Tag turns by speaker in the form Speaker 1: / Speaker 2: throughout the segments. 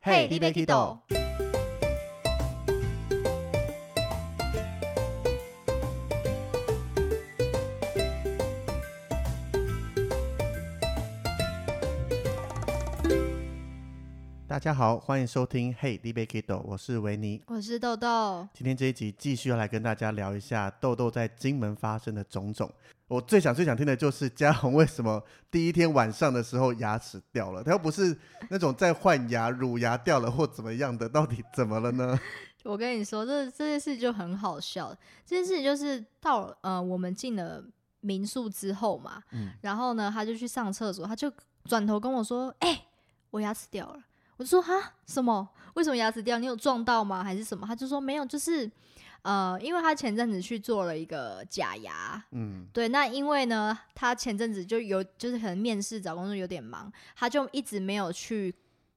Speaker 1: 嘿你要去倒
Speaker 2: 大家好，欢迎收听 Hey, d b Kido，我是维尼。
Speaker 1: 我是豆豆。
Speaker 2: 今天这一集继续要来跟大家聊一下豆豆在金门发生的种种。我最想最想听的就是嘉宏为什么第一天晚上的时候牙齿掉了，他又不是那种在换牙、乳牙掉了或怎么样的，到底怎么了呢？
Speaker 1: 我跟你说，这这件事就很好笑。这件事就是到了呃，我们进了民宿之后嘛，
Speaker 2: 嗯
Speaker 1: 然后呢，他就去上厕所，他就转头跟我说：“哎、我牙齿掉了。”我就说：“哈，什么？为什么牙齿掉？你有撞到吗？还是什么？”他就说：“没有，就是呃，因为他前阵子去做了一个假牙，
Speaker 2: 嗯，
Speaker 1: 对，那因为呢，他前阵子就有就是可能面试找工作有点忙，他就一直没有去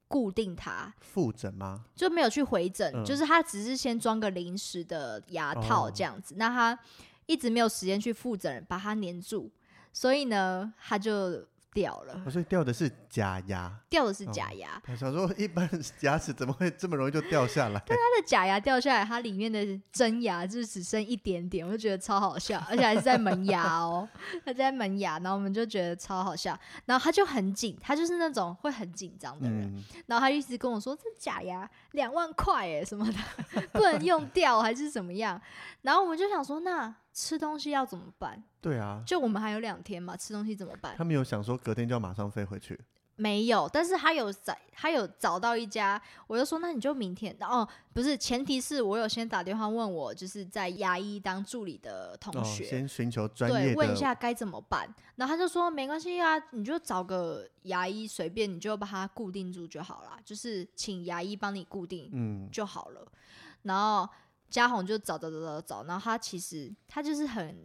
Speaker 1: 固定它，
Speaker 2: 复诊吗？
Speaker 1: 就没有去回诊，
Speaker 2: 嗯
Speaker 1: 就是他只是先装个临时的牙套
Speaker 2: 哦
Speaker 1: 这样子。那他一直没有时间去复诊，把它粘住，所以呢，他就掉了
Speaker 2: 我，所以掉的是假牙。
Speaker 1: 掉的是
Speaker 2: 哦
Speaker 1: 假牙。
Speaker 2: 他想说，一般牙齿怎么会这么容易就掉下来？
Speaker 1: 他的假牙掉下来，它里面的真牙就是只剩一点点，我就觉得超好笑，而且还是在门牙哦， 他在门牙，然后我们就觉得超好笑，然后他就很紧，他就是那种会很紧张的人，
Speaker 2: 嗯，
Speaker 1: 然后他一直跟我说这假牙两万块哎什么的， 不能用掉还是怎么样，然后我们就想说那吃东西要怎么办？
Speaker 2: 对啊，
Speaker 1: 就我们还有两天嘛，吃东西怎么办？
Speaker 2: 他们有想说隔天就要马上飞回去。
Speaker 1: 没有，但是他有找，他有找到一家，我就说那你就明天。哦，不是，前提是我有先打电话问我就是在牙医当助理的同
Speaker 2: 哦，
Speaker 1: 学，
Speaker 2: 先寻求专业
Speaker 1: 对，
Speaker 2: 的，
Speaker 1: 问一下该怎么办。然后他就说没关系啊，你就找个牙医，随便你就把它固定住就好了，就是请牙医帮你固定
Speaker 2: 嗯，
Speaker 1: 就好了。然后嘉宏就找找找找找，然后他其实他就是很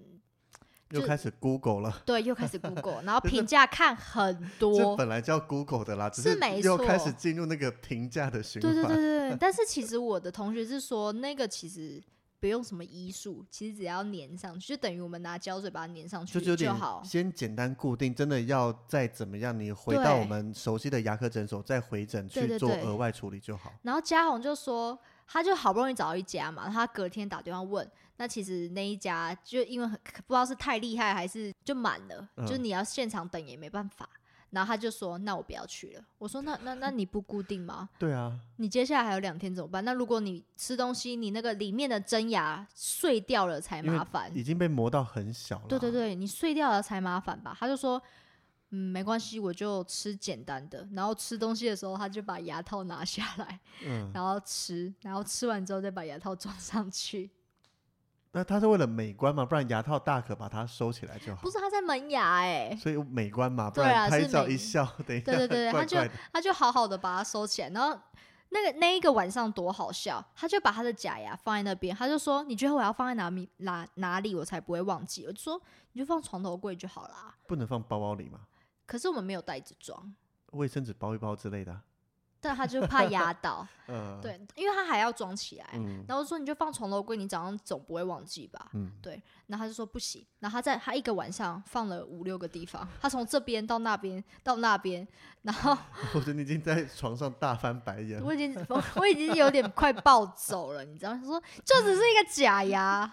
Speaker 2: 又
Speaker 1: 就
Speaker 2: 开始 Google 了。
Speaker 1: 对，又 开始 Google，然后
Speaker 2: 就是
Speaker 1: 评价看很
Speaker 2: 这
Speaker 1: 多，
Speaker 2: 本来叫 Google 的啦，只
Speaker 1: 是没
Speaker 2: 又
Speaker 1: 错
Speaker 2: 开始进入那个评价的循环。
Speaker 1: 对对对对对，但是其实我的同学是说，那个其实不用什么医术，其实只要粘上去，就等于我们拿胶水把它粘上去
Speaker 2: 就是有点
Speaker 1: 好。
Speaker 2: 先简单固定，真的要再怎么样，你回
Speaker 1: 对
Speaker 2: 到我们熟悉的牙科诊所再回诊
Speaker 1: 对
Speaker 2: 去
Speaker 1: 对
Speaker 2: 做
Speaker 1: 对
Speaker 2: 额外处理就好。
Speaker 1: 然后嘉宏就说，他就好不容易找到一家嘛，他隔天打电话问，那其实那一家就因为很不知道是太厉害还是就满了，
Speaker 2: 嗯
Speaker 1: 就你要现场等也没办法。然后他就说：“那我不要去了。”我说：“那那那你不固定吗？
Speaker 2: 对啊，
Speaker 1: 你接下来还有两天怎么办？那如果你吃东西，你那个里面的真牙碎掉了才
Speaker 2: 因为
Speaker 1: 麻烦。
Speaker 2: 已经被磨到很小了。
Speaker 1: 呃对对，对，你碎掉了才麻烦吧？他就说，嗯，没关系，我就吃简单的。然后吃东西的时候，他就把牙套拿下来，
Speaker 2: 嗯，
Speaker 1: 然后吃，然后吃完之后再把牙套装上去。
Speaker 2: 那它是为了美观嘛，不然牙套大可把它收起来就好
Speaker 1: 不。是他在门牙哎、
Speaker 2: 所以美观嘛，不
Speaker 1: 对啊
Speaker 2: 然拍
Speaker 1: 是
Speaker 2: 照
Speaker 1: 美
Speaker 2: 一笑，等一下
Speaker 1: 对对对，
Speaker 2: 怪
Speaker 1: 他就
Speaker 2: 怪的。
Speaker 1: 他就好好的把它收起来，然后。那个那一个晚上多好笑，他就把他的假牙放在那边，他就说：“你觉得我要放在哪里哪哪里我才不会忘记？”我就说：“你就放床头柜就好啦。
Speaker 2: 不能放包包里嘛，”
Speaker 1: 可是我们没有袋子装，
Speaker 2: 卫生纸包一包之类的啊。
Speaker 1: 但他就 怕压倒，
Speaker 2: 嗯，，
Speaker 1: 对，哎因为他还要装起来。
Speaker 2: 嗯
Speaker 1: 然后说你就放床头柜，你早上总不会忘记吧？
Speaker 2: 嗯，
Speaker 1: 然后他就说不行，然后他在他一个晚上放了五六个地方，他从这边到那边到那边，然后
Speaker 2: 我觉得你已经在床上大翻白眼了。
Speaker 1: 我已经我我已经有点快暴走了，你知道？他说这只是一个假牙，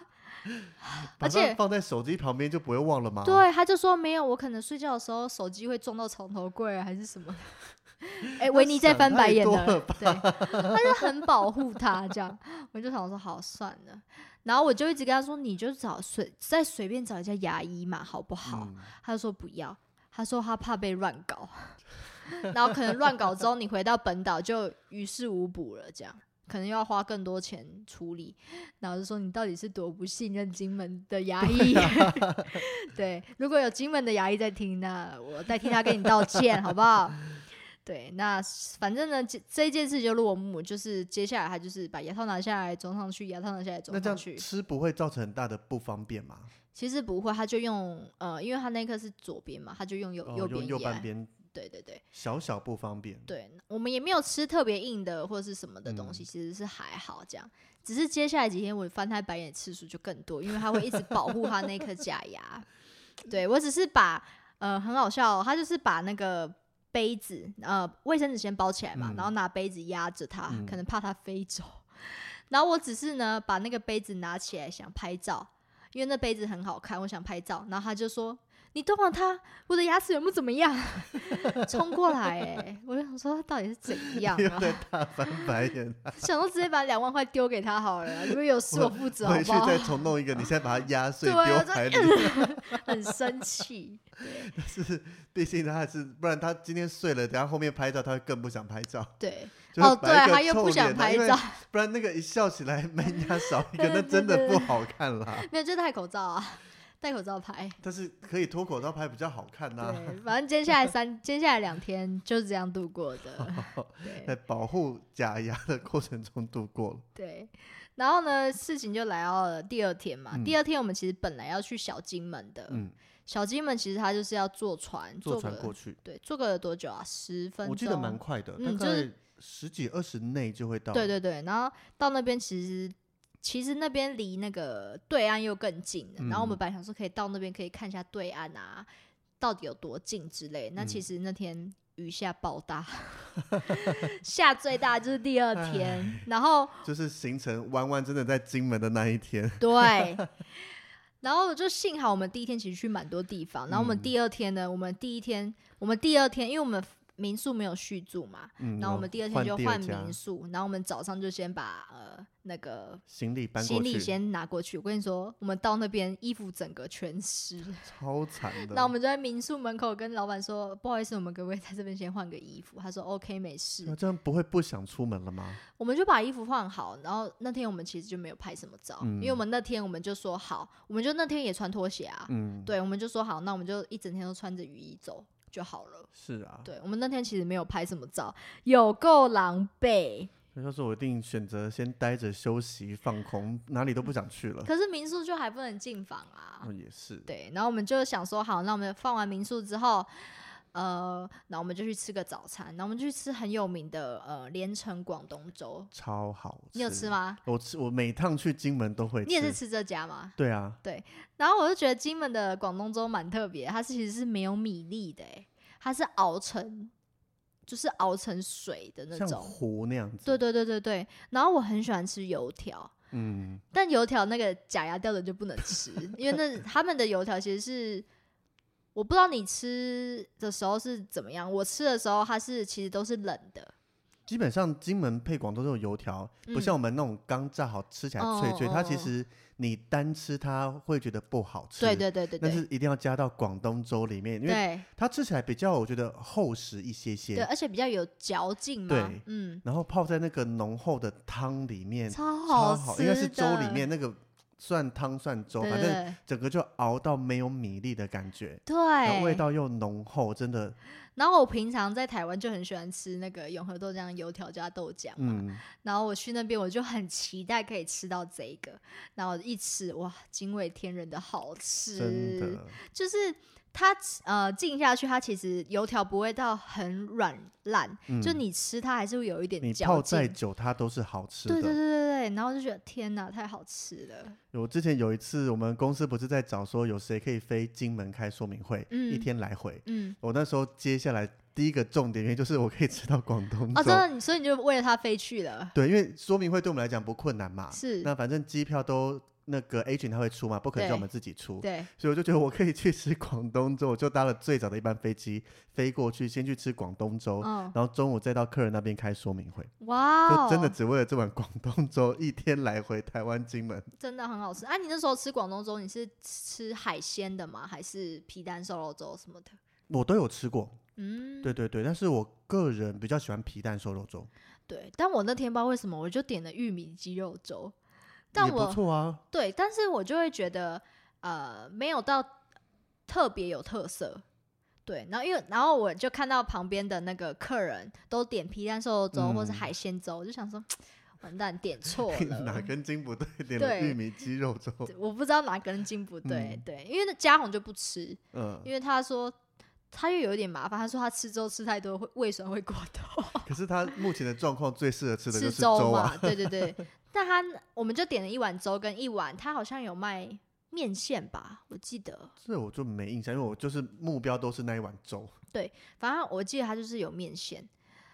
Speaker 2: 把它
Speaker 1: 而且
Speaker 2: 放在手机旁边就不会忘了吗？，
Speaker 1: 对，他就说没有，我可能睡觉的时候手机会撞到床头柜啊还是什么的哎，维尼在
Speaker 2: 想
Speaker 1: 翻
Speaker 2: 太
Speaker 1: 白眼
Speaker 2: 多了
Speaker 1: 了，对，他就很保护他这样，我就想说好算了，然后我就一直跟他说，你就找随再随便找一家牙医嘛，好不好？
Speaker 2: 嗯
Speaker 1: 他就说不要，他说他怕被乱搞， 然后可能乱搞之后你回到本岛就于事无补了，这样可能又要花更多钱处理。然后就说你到底是多不信任金门的牙医？
Speaker 2: 啊
Speaker 1: 对，如果有金门的牙医在听，那我代替他跟你道歉，好不好？对，那反正呢，这这一件事就落幕，就是接下来他就是把牙套拿下来装上去，牙套拿下来
Speaker 2: 那
Speaker 1: 装
Speaker 2: 这
Speaker 1: 上
Speaker 2: 样
Speaker 1: 去。
Speaker 2: 吃不会造成很大的不方便吗？
Speaker 1: 其实不会，他就用呃，因为他那颗是左边嘛，他就用右、
Speaker 2: 哦
Speaker 1: 右
Speaker 2: 用
Speaker 1: 边
Speaker 2: 右
Speaker 1: 压
Speaker 2: 半边
Speaker 1: 对对对
Speaker 2: 小小不方便。
Speaker 1: 对，我们也没有吃特别硬的或者是什么的东
Speaker 2: 嗯
Speaker 1: 西，其实是还好这样。只是接下来几天我翻他白眼次数就更多，因为他会一直保护他 那颗假牙。对我只是把呃很好笑、哦，他就是把那个杯子，呃，卫生纸先包起来嘛，
Speaker 2: 嗯
Speaker 1: 然后拿杯子压着它，
Speaker 2: 嗯
Speaker 1: 可能怕它飞走。 然后我只是呢把那个杯子拿起来想拍照，因为那杯子很好看，我想拍照。然后他就说：“你动了它，我的牙齿有没有怎么样？” 冲过来、哎，我就想说他到底是怎样
Speaker 2: 又
Speaker 1: 啊？
Speaker 2: 在大翻白眼，
Speaker 1: 想说直接把两万块丢给他好了，你们有事我负责好
Speaker 2: 回去
Speaker 1: 不好？
Speaker 2: 再重弄一个，你现在把它压碎
Speaker 1: 对
Speaker 2: 丢
Speaker 1: 啊，
Speaker 2: 海里。
Speaker 1: 这 很生气。
Speaker 2: 是，毕竟他还是，不然他今天睡了，等下后面拍照他会更不想拍照。
Speaker 1: 对，
Speaker 2: 就会
Speaker 1: 哦，对，
Speaker 2: 摆一个
Speaker 1: 他又
Speaker 2: 臭
Speaker 1: 不想
Speaker 2: 脸啊
Speaker 1: 拍
Speaker 2: 因为
Speaker 1: 照，
Speaker 2: 不然那个一笑起来门牙少 一个，那
Speaker 1: 对对
Speaker 2: 真的
Speaker 1: 对
Speaker 2: 不
Speaker 1: 对
Speaker 2: 好看啦。
Speaker 1: 没有就戴口罩啊，戴口罩拍。
Speaker 2: 但是可以脱口罩拍比较好看啊呐、
Speaker 1: 对，反正接下来三，接下来两天就是这样度 过的。对
Speaker 2: 在保护假牙的过程中度过了。
Speaker 1: 对，然后呢，事情就来到了第二天嘛。
Speaker 2: 嗯
Speaker 1: 第二天我们其实本来要去小金门的，
Speaker 2: 嗯，
Speaker 1: 小金门其实它就是要坐船，
Speaker 2: 坐
Speaker 1: 坐
Speaker 2: 船
Speaker 1: 个
Speaker 2: 过去，
Speaker 1: 对，坐个多久啊？十分钟，
Speaker 2: 我记得蛮快的，
Speaker 1: 嗯
Speaker 2: 大
Speaker 1: 就是
Speaker 2: 概十几二十内就会到。
Speaker 1: 对，对对，然后到那边其实其实那边离那个对岸又更近了，然后我们
Speaker 2: 嗯
Speaker 1: 本来想说可以到那边可以看一下对岸啊，到底有多近之类。那其
Speaker 2: 嗯
Speaker 1: 实那天雨下暴大， 下最大就是第二天，然 后
Speaker 2: 就是行程弯弯真的在金门的那一天，
Speaker 1: 对。然后就幸好我们第一天其实去蛮多地方，然后我们
Speaker 2: 嗯
Speaker 1: 第二天呢，我们第一天，我们第二天，因为我们民宿没有续住嘛，
Speaker 2: 嗯，
Speaker 1: 然后我们第二天就
Speaker 2: 第
Speaker 1: 换
Speaker 2: 家
Speaker 1: 民宿，然后我们早上就先把呃那个
Speaker 2: 行李搬过
Speaker 1: 行
Speaker 2: 去，
Speaker 1: 李先拿过去。我跟你说，我们到那边衣服整个全湿了，
Speaker 2: 超惨的。
Speaker 1: 那我们就在民宿门口跟老板说：“不好意思，我们可不可以在这边先换个衣服？”他说：“OK，没
Speaker 2: 那
Speaker 1: 事。
Speaker 2: 啊这样不会不想出门了吗？”
Speaker 1: 我们就把衣服换好，然后那天我们其实就没有拍什么照，
Speaker 2: 嗯
Speaker 1: 因为我们那天我们就说好，我们就那天也穿拖鞋啊，
Speaker 2: 嗯，，
Speaker 1: 对，我们就说好，那我们就一整天都穿着雨衣走就好了。
Speaker 2: 是啊，
Speaker 1: 对我们那天其实没有拍什么照，有够狼狈。
Speaker 2: 所以要是我一定选择先待着休息放空，哪里都不想去了。
Speaker 1: 可是民宿就还不能进房啊，
Speaker 2: 嗯，也是，
Speaker 1: 对，然后我们就想说，好，那我们放完民宿之后，呃，那我们就去吃个早餐，然后我们就去吃很有名的呃连城广东粥，
Speaker 2: 超好吃。
Speaker 1: 你有吃？吗？
Speaker 2: 我吃，我每趟去金门都会吃。
Speaker 1: 你也是吃这家吗？
Speaker 2: 对啊，
Speaker 1: 然后我就觉得金门的广东粥蛮特别，它是其实是没有米粒的、欸，它是熬成，就是熬成水的那
Speaker 2: 像
Speaker 1: 种。
Speaker 2: 湖那样子。
Speaker 1: 对，对对对对，然后我很喜欢吃油条，
Speaker 2: 嗯，
Speaker 1: 但油条那个假牙掉的就不能吃，因为那他们的油条其实是我不知道你吃的时候是怎么样，我吃的时候它是其实都是冷的，
Speaker 2: 基本上金门配广东这种油条，不
Speaker 1: 嗯
Speaker 2: 像我们那种刚炸好吃起来脆脆，
Speaker 1: 哦
Speaker 2: 它
Speaker 1: 哦
Speaker 2: 其
Speaker 1: 哦
Speaker 2: 实你单吃它会觉得不好吃。
Speaker 1: 对。对对对
Speaker 2: 但是
Speaker 1: 对
Speaker 2: 一定要加到广东粥里面，因为
Speaker 1: 对
Speaker 2: 它吃起来比较我觉得哦厚实一些
Speaker 1: 对，
Speaker 2: 些，
Speaker 1: 而且比较有嚼劲嘛
Speaker 2: 对，
Speaker 1: 嗯，
Speaker 2: 然后泡在那个浓厚的汤里面，
Speaker 1: 超
Speaker 2: 超
Speaker 1: 好
Speaker 2: 好，
Speaker 1: 吃
Speaker 2: 应
Speaker 1: 的，
Speaker 2: 该是粥里面那个算汤算粥，
Speaker 1: 对
Speaker 2: 反
Speaker 1: 对
Speaker 2: 正
Speaker 1: 对
Speaker 2: 整个就熬到没有米粒的感觉，然后
Speaker 1: 对
Speaker 2: 味道又浓厚，真的，
Speaker 1: 然后我平常在台湾就很喜欢吃那个永和豆浆油条加豆浆嘛，
Speaker 2: 嗯，
Speaker 1: 然后我去那边我就很期待可以吃到这一个，然后一吃哇，惊为天人的好吃，
Speaker 2: 真的，
Speaker 1: 就是它吃呃浸下去，它其实油条不会到很软烂，
Speaker 2: 嗯
Speaker 1: 就你吃它还是会有一点
Speaker 2: 你
Speaker 1: 嚼
Speaker 2: 泡
Speaker 1: 劲
Speaker 2: 再。久，它都是好吃
Speaker 1: 对对对
Speaker 2: 的。
Speaker 1: 对对，然后就觉得天哪，太好吃了。
Speaker 2: 我之前有一次，我们公司不是在找说有谁可以飞金门开说明会，一
Speaker 1: 嗯
Speaker 2: 天来回。
Speaker 1: 嗯，
Speaker 2: 我那时候接下来第一个重点原因就是我可以吃到广东
Speaker 1: 哦，真
Speaker 2: 粥，
Speaker 1: 的，你所以你就为了它飞去了，
Speaker 2: 对，因为说明会对我们来讲不困难嘛。
Speaker 1: 是
Speaker 2: 啊那反正机票都那个 agent 他会出嘛，不可能叫我
Speaker 1: 对
Speaker 2: 们自己出。
Speaker 1: 对，
Speaker 2: 所以我就觉得我可以去吃广东粥，我就搭了最早的一班飞机飞过去，先去吃广东粥，
Speaker 1: 嗯，
Speaker 2: 然后中午再到客人那边开说明会，
Speaker 1: 哇哦，
Speaker 2: 就真的只为了这碗广东粥，一天来回台湾金门。
Speaker 1: 真的很好吃。啊，你那时候吃广东粥，你是吃海鲜的吗？还是皮蛋瘦肉粥什么的？
Speaker 2: 我都有吃过，
Speaker 1: 嗯，
Speaker 2: 对对对，但是我个人比较喜欢皮蛋瘦肉粥，
Speaker 1: 对。但我那天不知道为什么，我就点了玉米鸡肉粥，但
Speaker 2: 也
Speaker 1: 我
Speaker 2: 不错啊。
Speaker 1: 对，但是我就会觉得呃，没有到特别有特色。对，然后因为然后我就看到旁边的那个客人都点皮蛋瘦肉粥或是
Speaker 2: 嗯
Speaker 1: 海鲜粥，我就想说完蛋 点错
Speaker 2: 哪
Speaker 1: 了。
Speaker 2: 根筋不对，点了
Speaker 1: 对
Speaker 2: 玉米鸡肉粥，
Speaker 1: 我不知道哪根筋不对，
Speaker 2: 嗯
Speaker 1: 对，因为那嘉宏就不吃，
Speaker 2: 嗯，
Speaker 1: 因为他说他又有点麻烦，他说他吃粥吃太多会胃酸会过 头，
Speaker 2: 可是他目前的状况最适合吃的就
Speaker 1: 吃
Speaker 2: 是粥
Speaker 1: 嘛，
Speaker 2: 啊，
Speaker 1: 对对对。但他我们就点了一碗粥跟一碗，他好像有卖面线吧，我记得，
Speaker 2: 这我就没印象，因为我就是目标都是那一碗粥。
Speaker 1: 反正我记得它就是有面线，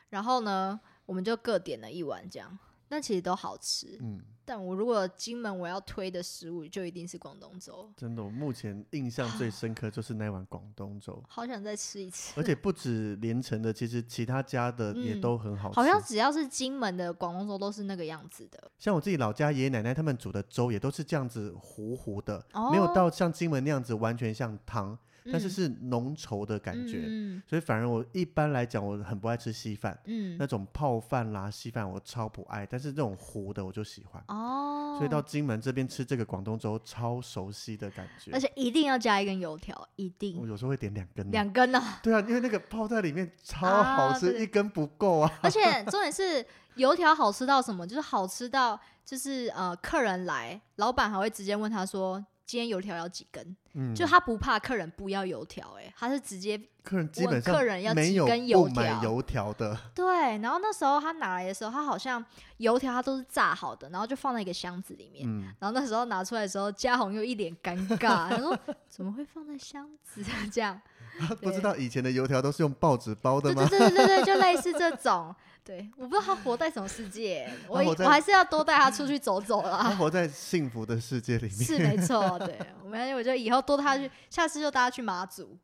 Speaker 1: 然后呢，我们就各点了一碗这样，但其实都好吃。
Speaker 2: 嗯，
Speaker 1: 但我如果金门我要推的食物，就一定是广东粥，，
Speaker 2: 真的，我目前印象最深刻就是那碗广东粥
Speaker 1: 好想再吃一次。
Speaker 2: 而且不止连城的，其实其他家的也
Speaker 1: 嗯
Speaker 2: 都很好吃。
Speaker 1: 好像只要是金门的广东粥都是那个样子的，
Speaker 2: 像我自己老家爷爷奶奶他们煮的粥也都是这样子糊糊的，
Speaker 1: 哦
Speaker 2: 没有到像金门那样子完全像汤，但是
Speaker 1: 嗯
Speaker 2: 是浓稠的感觉。
Speaker 1: 嗯
Speaker 2: 所以反而我一般来讲，我很不爱吃稀饭，
Speaker 1: 嗯
Speaker 2: 那种泡饭啦、稀饭我超不爱，但是这种糊的我就喜欢。
Speaker 1: 嗯哦，
Speaker 2: 所以到金门这边吃这个广东粥，超熟悉的感觉。
Speaker 1: 而且一定要加一根油条，一定
Speaker 2: 我有时候会点两根呢，
Speaker 1: 两根呢、哦
Speaker 2: 对啊，因为那个泡在里面超
Speaker 1: 啊
Speaker 2: 好吃，
Speaker 1: 对对
Speaker 2: 一根不够啊。
Speaker 1: 而且重点是油条好吃到什么？就是好吃到，就是呃，客人来，老板还会直接问他说：“今天油条要几根？”
Speaker 2: 嗯，
Speaker 1: 就他不怕客人不要油条，哎，他是直接
Speaker 2: 客人基本
Speaker 1: 问
Speaker 2: 上
Speaker 1: 客人要
Speaker 2: 没
Speaker 1: 几
Speaker 2: 有
Speaker 1: 根
Speaker 2: 不
Speaker 1: 油
Speaker 2: 买
Speaker 1: 条
Speaker 2: 油条的，
Speaker 1: 对。然后那时候他拿来的时候，他好像油条他都是炸好的，然后就放在一个箱子里面。
Speaker 2: 嗯，
Speaker 1: 然后那时候拿出来的时候，嘉宏又一脸尴尬，他说：“ 怎么会放在箱子啊这样？”
Speaker 2: 他 不知
Speaker 1: 对
Speaker 2: 道以前的油条都是用报纸包的
Speaker 1: 对
Speaker 2: 吗
Speaker 1: 对？对对对对，就类似 这种。对，我不知道他活在什么世界，我
Speaker 2: 活
Speaker 1: 以
Speaker 2: 在
Speaker 1: 我还是要多带他出去走走啦
Speaker 2: 他。活在幸福的世界 里 面。
Speaker 1: 是没错，对，我们我就以后多带他去，下次就带他去马祖，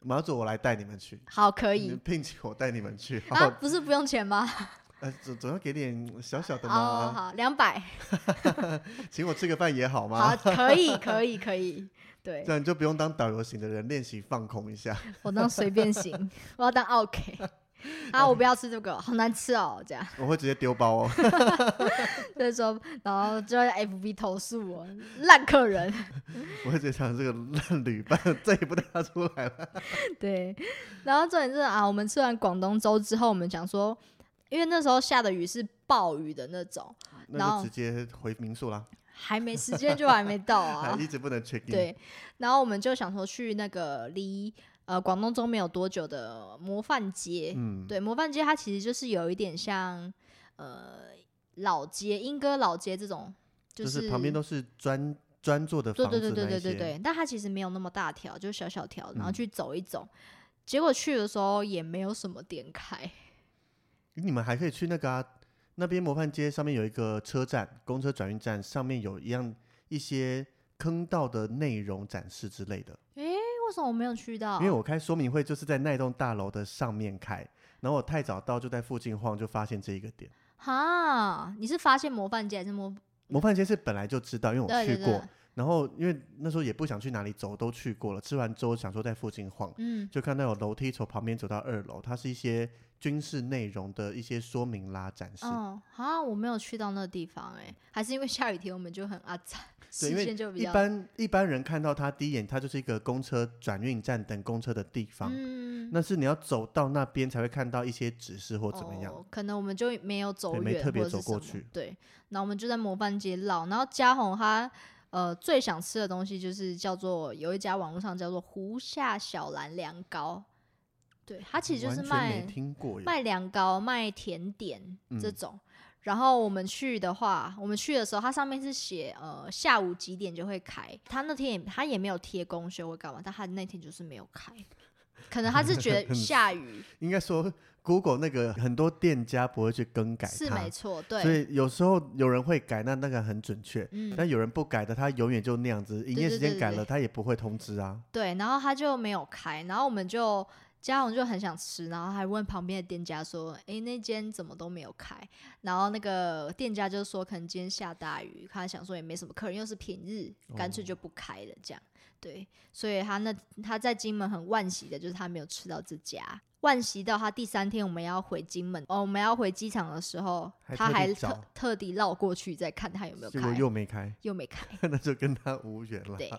Speaker 2: 马祖，我来带你们去，
Speaker 1: 好，可
Speaker 2: 你
Speaker 1: 以
Speaker 2: 们。聘请我带你们去。
Speaker 1: 啊，
Speaker 2: 嗯好，
Speaker 1: 不是不用钱吗？
Speaker 2: 呃，总总要给点小小的啊嘛，
Speaker 1: 哦，好，两百，
Speaker 2: 请我吃个饭也好
Speaker 1: 好
Speaker 2: 嘛，，
Speaker 1: 可以，可以，可以。对
Speaker 2: 这样你就不用当导游型的人练习放空一下。
Speaker 1: 我当随便行，我要当 OK。啊，我不要吃这个，好难吃哦，这样。
Speaker 2: 我会直接丢包哦。
Speaker 1: 就是说，然后就在 FB 投诉我烂客人。
Speaker 2: 我会觉得像这个烂旅伴， 再也不带他出来了。
Speaker 1: 对，然后重点是啊，我们吃完广东粥之后，我们想说，因为那时候下的雨是暴雨的那种，然
Speaker 2: 那
Speaker 1: 后
Speaker 2: 就直接回民宿啦，
Speaker 1: 还没时间就还没到
Speaker 2: 还
Speaker 1: 啊。
Speaker 2: 一直不能 check in。，
Speaker 1: 对，然后我们就想说去那个离呃广东粥没有多久的模范街，
Speaker 2: 嗯，
Speaker 1: 对，模范街它其实就是有一点像呃老街、莺歌老街这种，
Speaker 2: 就是旁边都是砖砖做的
Speaker 1: 对
Speaker 2: 房子
Speaker 1: 对
Speaker 2: 那
Speaker 1: 对
Speaker 2: 一些，
Speaker 1: 对对对对，但它其实没有那么大条，就是小小条，然后
Speaker 2: 嗯
Speaker 1: 去走一走。结果去的时候也没有什么店开，
Speaker 2: 你们还可以去那个啊，那边模范街上面有一个车站，公车转运站上面有一样一些坑道的内容展示之类的。
Speaker 1: 为什么我没有去到？
Speaker 2: 因为我开说明会就是在那栋大楼的上面开，然后我太早到就在附近晃，就发现这一个点。
Speaker 1: 哈，你是发现模范街还是模？
Speaker 2: 模范街是本来就知道，因为我
Speaker 1: 对
Speaker 2: 去
Speaker 1: 对
Speaker 2: 过，
Speaker 1: 对，
Speaker 2: 然后因为那时候也不想去哪里走，都去过了。吃完粥想说在附近晃，
Speaker 1: 嗯
Speaker 2: 就看到有楼梯从旁边走到二楼，它是一些军事内容的一些说明啦展示。
Speaker 1: 哦，啊，我没有去到那地方哎、还是因为下雨天我们就很阿杂，
Speaker 2: 对，
Speaker 1: 时
Speaker 2: 因为
Speaker 1: 间就比
Speaker 2: 一
Speaker 1: 较嗯
Speaker 2: 般一般人看到它第一眼，它就是一个公车转运站等公车的地方，
Speaker 1: 嗯，
Speaker 2: 那是你要走到那边才会看到一些指示或怎么样。
Speaker 1: 哦？可能我们就没有走
Speaker 2: 对
Speaker 1: 远，
Speaker 2: 没特别
Speaker 1: 或者是
Speaker 2: 走过
Speaker 1: 什么
Speaker 2: 去
Speaker 1: 对，然后我们就在模范街绕，然后嘉宏他。呃，最想吃的东西就是叫做有一家网络上叫做胡夏小兰凉糕，对，它其实就
Speaker 2: 完
Speaker 1: 是
Speaker 2: 全
Speaker 1: 卖
Speaker 2: 没听过耶，
Speaker 1: 卖凉糕、卖甜点这
Speaker 2: 嗯
Speaker 1: 种。然后我们去的话，我们去的时候，它上面是写呃下午几点就会开。他那天也他也没有贴公休或干嘛，但他那天就是没有开。可能他是觉 得
Speaker 2: 很
Speaker 1: 下雨
Speaker 2: 应该说 Google 那个很多店家不会去更改
Speaker 1: 是
Speaker 2: 它
Speaker 1: 没，错，
Speaker 2: 所
Speaker 1: 对，
Speaker 2: 以有时候有人会改，那那个很准确。
Speaker 1: 嗯，
Speaker 2: 但有人不改的，他永远就那样子，营业
Speaker 1: 对
Speaker 2: 时
Speaker 1: 对
Speaker 2: 间
Speaker 1: 对
Speaker 2: 改
Speaker 1: 对
Speaker 2: 了，他也不会通知啊。
Speaker 1: 对，然后他就没有开，然后我们就嘉宏就很想吃，然后还问旁边的店家说：“诶，那间怎么都没有开？”然后那个店家就说：“可能今天下大雨，他想说也没什么客人，又是平日，干脆
Speaker 2: 哦
Speaker 1: 就不开了。”这样，对，所以他那他在金门很惋惜的就是他没有吃到这家。惋惜到他第三天我们要回金门，哦，我们要回机场的时候，
Speaker 2: 还
Speaker 1: 他
Speaker 2: 特地
Speaker 1: 还
Speaker 2: 找
Speaker 1: 特特地绕过去再看他有没有
Speaker 2: 结果
Speaker 1: 开，
Speaker 2: 又没开，
Speaker 1: 又没开。
Speaker 2: 那就跟他无缘了。
Speaker 1: 对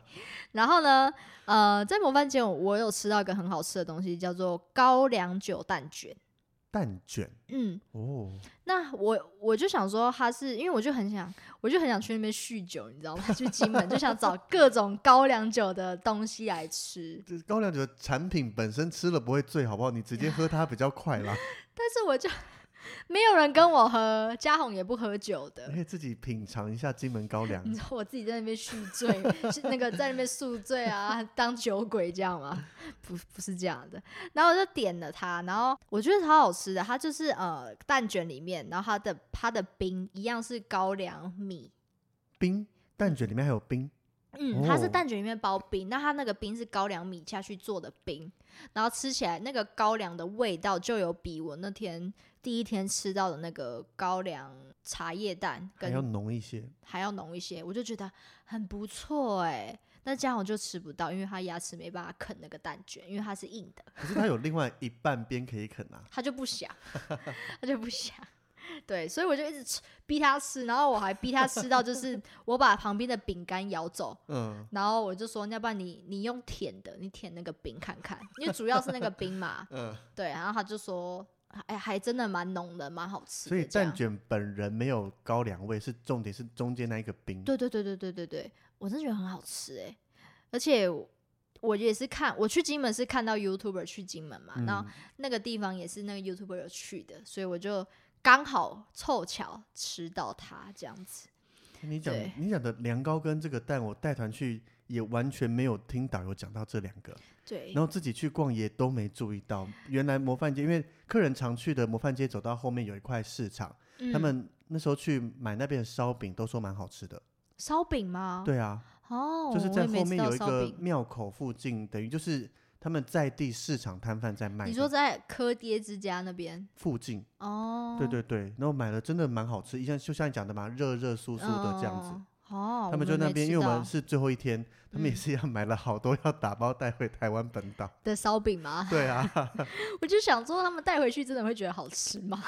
Speaker 1: 然后呢，呃，在模范街我我有吃到一个很好吃的东西，叫做高粱酒蛋卷。
Speaker 2: 蛋卷
Speaker 1: 嗯，
Speaker 2: 哦，
Speaker 1: 那我我就想说，它是因为我就很想，我就很想去那边酗酒，你知道吗？ 去金门就想找各种高粱酒的东西来吃，
Speaker 2: 这高粱酒 的产品本身吃了不会醉，好不好？你直接喝它比较快啦。
Speaker 1: 但是我就没有人跟我喝，嘉宏也不喝酒的
Speaker 2: 你。可以自己品尝一下金门高 粱
Speaker 1: 你。知道我自己在那边续醉，是那个在那边宿醉啊， 当酒鬼这样吗？不，不是这样的。然后我就点了它，然后我觉得超好吃的。它就是呃蛋卷里面，然后它的它的冰一样是高粱米，
Speaker 2: 冰蛋卷里面还有冰，
Speaker 1: 嗯，它是
Speaker 2: 哦
Speaker 1: 蛋卷里面包冰，那它那个冰是高粱米下去做的冰，然后吃起来那个高粱的味道就有比我那天第一天吃到的那个高粱茶叶蛋
Speaker 2: 还要
Speaker 1: 跟
Speaker 2: 浓一些。
Speaker 1: 还要浓一些，我就觉得很不错哎、但嘉宏就吃不到，因为他牙齿没办法啃那个蛋卷，因为它是硬的，
Speaker 2: 可是它有另外一半边可以啃啊。
Speaker 1: 他就不想，他就不想。对，所以我就一直吃，逼他吃，然后我还逼他吃到，就是我把旁边的饼干咬走，
Speaker 2: 嗯，。
Speaker 1: 然后我就说，要不然你你用舔的，你舔那个冰看看，因为主要是那个 冰嘛
Speaker 2: 嗯
Speaker 1: 对，然后他就说，哎，还真的蛮浓的，蛮好吃的。
Speaker 2: 所以
Speaker 1: 这样
Speaker 2: 蛋卷本人没有高粱味，是重点是中间那一个冰。
Speaker 1: 对对对对对对对，我真的觉得很好吃哎、而且我我也是看我去金门是看到 YouTuber 去金门嘛，
Speaker 2: 嗯，
Speaker 1: 然后那个地方也是那个 YouTuber 有去的，所以我就刚好凑巧吃到它这样子。
Speaker 2: 你讲
Speaker 1: 对
Speaker 2: 你讲的凉糕跟这个蛋，我带团去也完全没有听导游讲到这两个，
Speaker 1: 对
Speaker 2: 然，后自己去逛也都没注意到。原来模范街，因为客人常去的模范街走到后面有一块市场，他
Speaker 1: 嗯
Speaker 2: 们那时候去买那边的烧饼都说蛮好吃的。
Speaker 1: 烧饼吗？，
Speaker 2: 对啊，
Speaker 1: 哦，
Speaker 2: 就是
Speaker 1: 我
Speaker 2: 在
Speaker 1: 也没
Speaker 2: 后
Speaker 1: 吃
Speaker 2: 面
Speaker 1: 到
Speaker 2: 有一
Speaker 1: 烧
Speaker 2: 个
Speaker 1: 饼
Speaker 2: 庙口附近，等于就是他们在地市场摊贩在卖。
Speaker 1: 你说在柯爹之家那边
Speaker 2: 附近？
Speaker 1: 哦？
Speaker 2: 对对对，然后买了真的蛮好吃，像就像你讲的嘛，热热酥酥的这样子。
Speaker 1: 嗯。哦，
Speaker 2: 他们
Speaker 1: 我
Speaker 2: 就那
Speaker 1: 没
Speaker 2: 边，
Speaker 1: 吃
Speaker 2: 因为我们
Speaker 1: 到
Speaker 2: 是最后一天，他们也
Speaker 1: 嗯
Speaker 2: 是要买了好多，要打包带回台湾本岛。
Speaker 1: 的烧饼吗？
Speaker 2: 对啊，
Speaker 1: 我就想说，他们带回去真的会觉得好吃吗？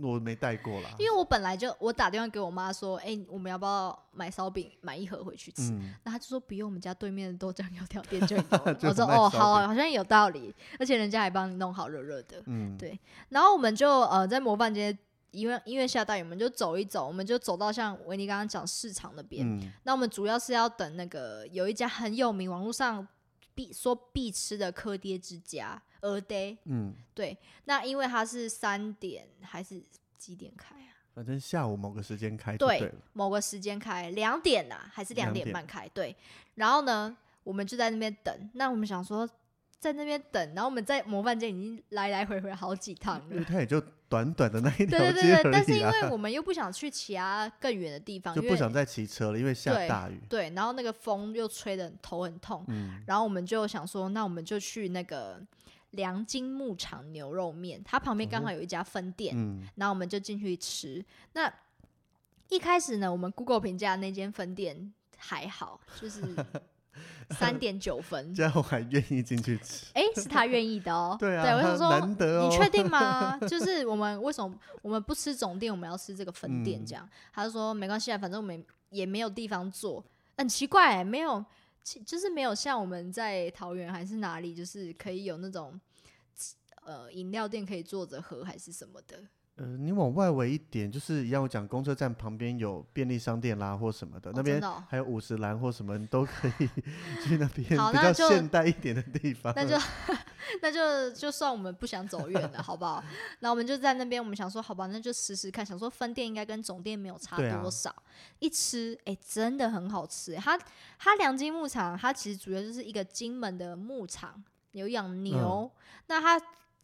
Speaker 2: 我没带过啦。
Speaker 1: 因为我本来就我打电话给我妈说，哎、我们要不要买烧饼，买一盒回去吃？
Speaker 2: 嗯，
Speaker 1: 那她就说不用，我们家对面的豆浆油条店 就有了。
Speaker 2: 就
Speaker 1: 我说
Speaker 2: 有卖
Speaker 1: 哦，
Speaker 2: 烧
Speaker 1: 好啊，
Speaker 2: 饼
Speaker 1: 好像有道理，而且人家还帮你弄好热热的。
Speaker 2: 嗯，
Speaker 1: 对然后我们就呃在模范街，因为因为下大雨，我们就走一走，我们就走到像维尼刚刚讲市场那边。
Speaker 2: 嗯，
Speaker 1: 那我们主要是要等那个有一家很有名，网络上必说必吃的柯爹之家鹅爹。
Speaker 2: 嗯，
Speaker 1: 对，那因为它是三点还是几点开啊？
Speaker 2: 反正下午某个时间开就
Speaker 1: 对
Speaker 2: 对了。
Speaker 1: 某个时间开，两点呐、还是两
Speaker 2: 两
Speaker 1: 点
Speaker 2: 点
Speaker 1: 半开？对。然后呢，我们就在那边等。那我们想说，在那边等，然后我们在模范街已经来来回回好几趟
Speaker 2: 因为
Speaker 1: 了。
Speaker 2: 它也就短短的那一条
Speaker 1: 对
Speaker 2: 街
Speaker 1: 对对
Speaker 2: 而
Speaker 1: 对，但是
Speaker 2: 已
Speaker 1: 因
Speaker 2: 啊，
Speaker 1: 为我们又不想去其他更远的地方，
Speaker 2: 就
Speaker 1: 因
Speaker 2: 不
Speaker 1: 为
Speaker 2: 想再骑车了，因为下
Speaker 1: 对
Speaker 2: 大雨。
Speaker 1: 对，然后那个风又吹得很头很痛，
Speaker 2: 嗯，
Speaker 1: 然后我们就想说，那我们就去那个良金牧场牛肉面，它旁边刚
Speaker 2: 哦
Speaker 1: 好有一家分店，
Speaker 2: 嗯，
Speaker 1: 然后我们就进去吃。那一开始呢，我们 Google 评价那间分店还好，就是 三点九分。
Speaker 2: 这样我还愿意进去吃。。
Speaker 1: 哎、是他愿意的 哦
Speaker 2: 对啊，
Speaker 1: 我想说
Speaker 2: 难。得哦。
Speaker 1: 你确定 吗？就是我们为什么我们不吃总店，我们要吃这个分店？
Speaker 2: 嗯
Speaker 1: 这样，他就说没关系啊，反正我们也没有地方坐。很奇怪、没有，其就是没有像我们在桃园还是哪里，就是可以有那种呃饮料店可以坐着喝还是什么的。哦
Speaker 2: 呃，你往外围一点，就是一样，我讲公车站旁边有便利商店啦，或什么的，
Speaker 1: 哦
Speaker 2: 那边
Speaker 1: 真的哦
Speaker 2: 还有五十岚或什么，你都可以 去那边比
Speaker 1: 好那
Speaker 2: 较
Speaker 1: 就
Speaker 2: 现代一点的地方。
Speaker 1: 那就那就就算我们不想走远了，好不好？ 然后我们就在那边，我们想说，好吧，那就试试看，想说分店应该跟总店没有差
Speaker 2: 对啊
Speaker 1: 多少。一吃，哎、真的很好吃、它它良金牧场，它其实主要就是一个金门的牧场，有养牛。
Speaker 2: 嗯
Speaker 1: 那它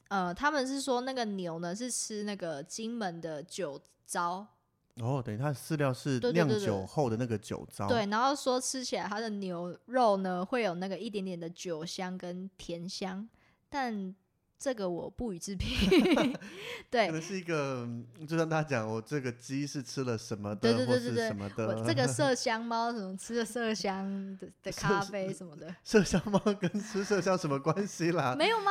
Speaker 1: 呃，他们是说那个牛呢是吃那个金门的酒糟，
Speaker 2: 哦，等于它的饲料是
Speaker 1: 对对
Speaker 2: 酿
Speaker 1: 对对
Speaker 2: 酒后的那个酒糟，
Speaker 1: 对，然后说吃起来它的牛肉呢会有那个一点点的酒香跟甜香，但这个我不予置 评。
Speaker 2: 可
Speaker 1: 对，
Speaker 2: 能是一个，嗯就像他讲，我这个鸡是吃了什么的，
Speaker 1: 对对对
Speaker 2: 或
Speaker 1: 对
Speaker 2: 是
Speaker 1: 对
Speaker 2: 什么的，
Speaker 1: 我这 个麝香猫什么吃的麝香的的咖啡什么的，
Speaker 2: 麝香猫跟吃麝香什么关系啦？
Speaker 1: 没有吗？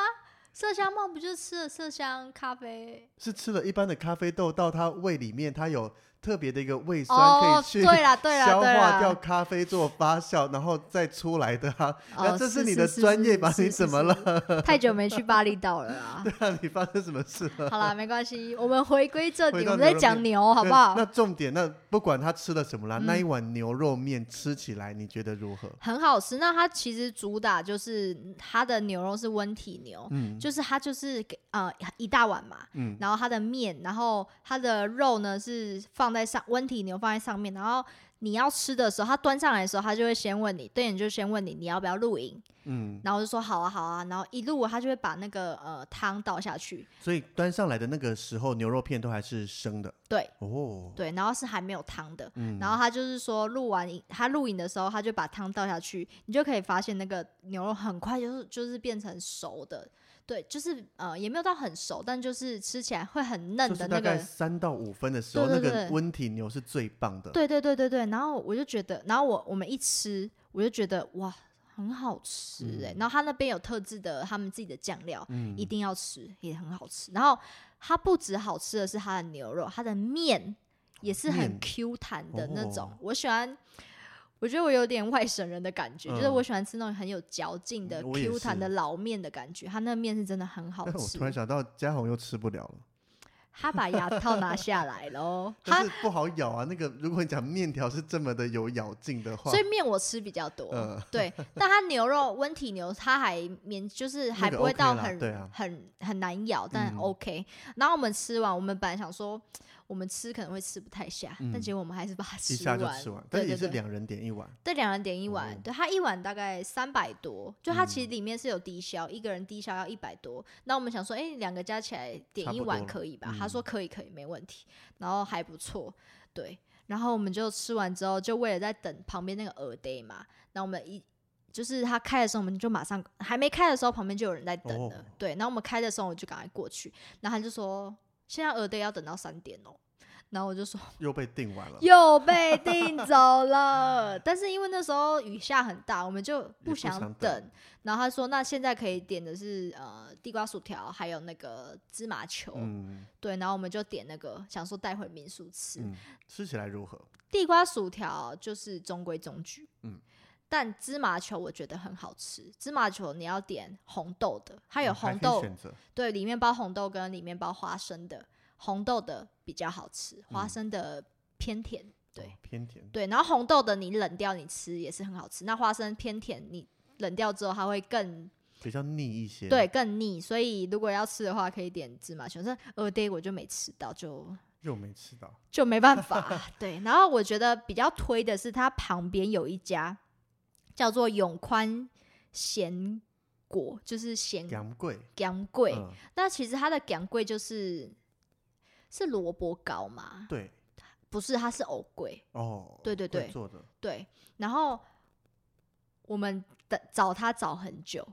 Speaker 1: 麝香猫不就是吃了麝香咖啡？
Speaker 2: 是吃了一般的咖啡豆到它胃里面，它有特别的一个胃酸可
Speaker 1: 哦
Speaker 2: 以，去、
Speaker 1: 对啦对啦
Speaker 2: 消
Speaker 1: 对啊
Speaker 2: 化掉
Speaker 1: 啦，
Speaker 2: 咖啡做发酵，然后再出来的啊。
Speaker 1: 哦
Speaker 2: 那这
Speaker 1: 是
Speaker 2: 是你
Speaker 1: 是
Speaker 2: 的
Speaker 1: 是
Speaker 2: 专
Speaker 1: 是
Speaker 2: 业吧？
Speaker 1: 是
Speaker 2: 你
Speaker 1: 是
Speaker 2: 怎么
Speaker 1: 是
Speaker 2: 了？
Speaker 1: 太久没去巴厘岛了啊。
Speaker 2: 那你发生什么事了？
Speaker 1: 好啦，没关系，我们回归正
Speaker 2: 回
Speaker 1: 题，
Speaker 2: 到
Speaker 1: 我们在
Speaker 2: 牛肉
Speaker 1: 讲
Speaker 2: 面
Speaker 1: 牛， 好
Speaker 2: 对
Speaker 1: 不好
Speaker 2: 那？重点，那不管他吃了什么啦，那
Speaker 1: 嗯
Speaker 2: 一碗牛肉面吃起来你觉得如何？
Speaker 1: 很好吃。那它其实主打就是嗯它的牛肉是温体牛，
Speaker 2: 嗯
Speaker 1: 就是它就是给呃一大碗嘛，
Speaker 2: 嗯，
Speaker 1: 然后它的面，然后它的肉呢是放在上温体牛放在上面，然后你要吃的时候，它端上来的时候，它就会先问你，对，你就先问你你要不要露营，
Speaker 2: 嗯，
Speaker 1: 然后我就说好啊好啊，然后一路它就会把那个呃汤倒下去，
Speaker 2: 所以端上来的那个时候，牛肉片都还是生的
Speaker 1: 对
Speaker 2: 哦。
Speaker 1: 对，然后是还没有汤的。
Speaker 2: 嗯，
Speaker 1: 然后他就是说，录完影，他录影的时候，他就把汤倒下去，你就可以发现那个牛肉很快就是就是变成熟的，对，就是呃也没有到很熟，但就是吃起来会很嫩
Speaker 2: 就
Speaker 1: 的
Speaker 2: 是
Speaker 1: 那
Speaker 2: 大概
Speaker 1: 个，
Speaker 2: 三到五分的时候，
Speaker 1: 对对
Speaker 2: 那
Speaker 1: 对
Speaker 2: 个温体牛是最棒的。
Speaker 1: 对对对对对。然后我就觉得，然后我我们一吃，我就觉得哇，很好吃哎、然后他那边有特制的他们自己的酱料，
Speaker 2: 嗯，
Speaker 1: 一定要吃，也很好吃。然后它不止好吃的是它的牛肉，它的面也是很
Speaker 2: 哦面
Speaker 1: Q 弹的那种。
Speaker 2: 哦
Speaker 1: 我喜欢，我觉得我有点外省人的感觉，就是
Speaker 2: 嗯
Speaker 1: 我喜欢吃那种很有嚼劲的
Speaker 2: 嗯我也
Speaker 1: Q 弹的
Speaker 2: 是
Speaker 1: 老面的感觉。它那面是真的很好
Speaker 2: 但 哎我
Speaker 1: 吃
Speaker 2: 突，然想到，嘉宏又吃不了了，
Speaker 1: 他把牙套拿下来喽。
Speaker 2: 但
Speaker 1: 他
Speaker 2: 是不好咬啊。那个，如果你讲面条是这么的有咬劲的话
Speaker 1: 所，以面我吃比较多，
Speaker 2: 嗯
Speaker 1: 对，但它牛肉温体牛，它还勉就是还
Speaker 2: 那个
Speaker 1: 不会
Speaker 2: OK
Speaker 1: 到
Speaker 2: 啦
Speaker 1: 很、
Speaker 2: 对啊
Speaker 1: 很很难咬，但
Speaker 2: 嗯
Speaker 1: OK、然后我们吃完，我们本来想说我们吃可能会吃不太下，但
Speaker 2: 嗯
Speaker 1: 结果我们还是把它
Speaker 2: 一
Speaker 1: 吃
Speaker 2: 下就吃完，但
Speaker 1: 对
Speaker 2: 也
Speaker 1: 对
Speaker 2: 是
Speaker 1: 对，
Speaker 2: 两人点一碗。
Speaker 1: 对两人点一碗，
Speaker 2: 哦
Speaker 1: 对它一碗大概三百多，就它
Speaker 2: 嗯
Speaker 1: 其实里面是有低消，一个人低消要一百多。那我们想说，哎，两个加起来点
Speaker 2: 差
Speaker 1: 一
Speaker 2: 不
Speaker 1: 碗
Speaker 2: 多了
Speaker 1: 可以吧？他
Speaker 2: 嗯
Speaker 1: 说可以，可以，没问题。然后还不错，对。然后我们就吃完之后，就为了在等旁边那个耳 day 嘛，那我们一就是他开的时候，我们就马上还没开的时候，旁边就有人在等了。
Speaker 2: 哦
Speaker 1: 对，然后我们开的时候，我就赶快过去，然后他就说现在耳 day 要等到三点哦。然后我就说
Speaker 2: 又被订完了，
Speaker 1: 又被订走了。 但是因为那时候雨下很大，我们就不
Speaker 2: 不
Speaker 1: 想
Speaker 2: 想
Speaker 1: 等。
Speaker 2: 等
Speaker 1: 然后他说，那现在可以点的是呃地瓜薯条，还有那个芝麻球。
Speaker 2: 嗯
Speaker 1: 对，然后我们就点那个，想说带回民宿吃。
Speaker 2: 嗯，吃起来如何？
Speaker 1: 地瓜薯条就是中规中矩，
Speaker 2: 嗯。
Speaker 1: 但芝麻球我觉得很好吃，芝麻球你要点红豆的，它有
Speaker 2: 嗯还
Speaker 1: 红
Speaker 2: 可以
Speaker 1: 豆，
Speaker 2: 选择，
Speaker 1: 对，里面包红豆跟里面包花生的，红豆的比较好吃，花
Speaker 2: 嗯
Speaker 1: 生的偏甜。对
Speaker 2: 哦，偏甜。
Speaker 1: 对，然后红豆的你冷掉你吃也是很好吃，那花生偏甜，你冷掉之后它会更
Speaker 2: 比较腻一些。
Speaker 1: 对，更腻，所以如果要吃的话可以点芝麻球。但鹅 day 我就没吃到，就
Speaker 2: 又没吃到，
Speaker 1: 就没办法。 对，然后我觉得比较推的是它旁边有一家叫做永宽咸果，就是咸
Speaker 2: 杨贵。
Speaker 1: 姜桂。
Speaker 2: 嗯
Speaker 1: 那其实它的姜桂就是是萝卜糕嘛，
Speaker 2: 对，
Speaker 1: 不是，它是藕桂。
Speaker 2: 哦，
Speaker 1: 对对
Speaker 2: 会
Speaker 1: 对
Speaker 2: 做的，
Speaker 1: 对，然后我们的找他找很久，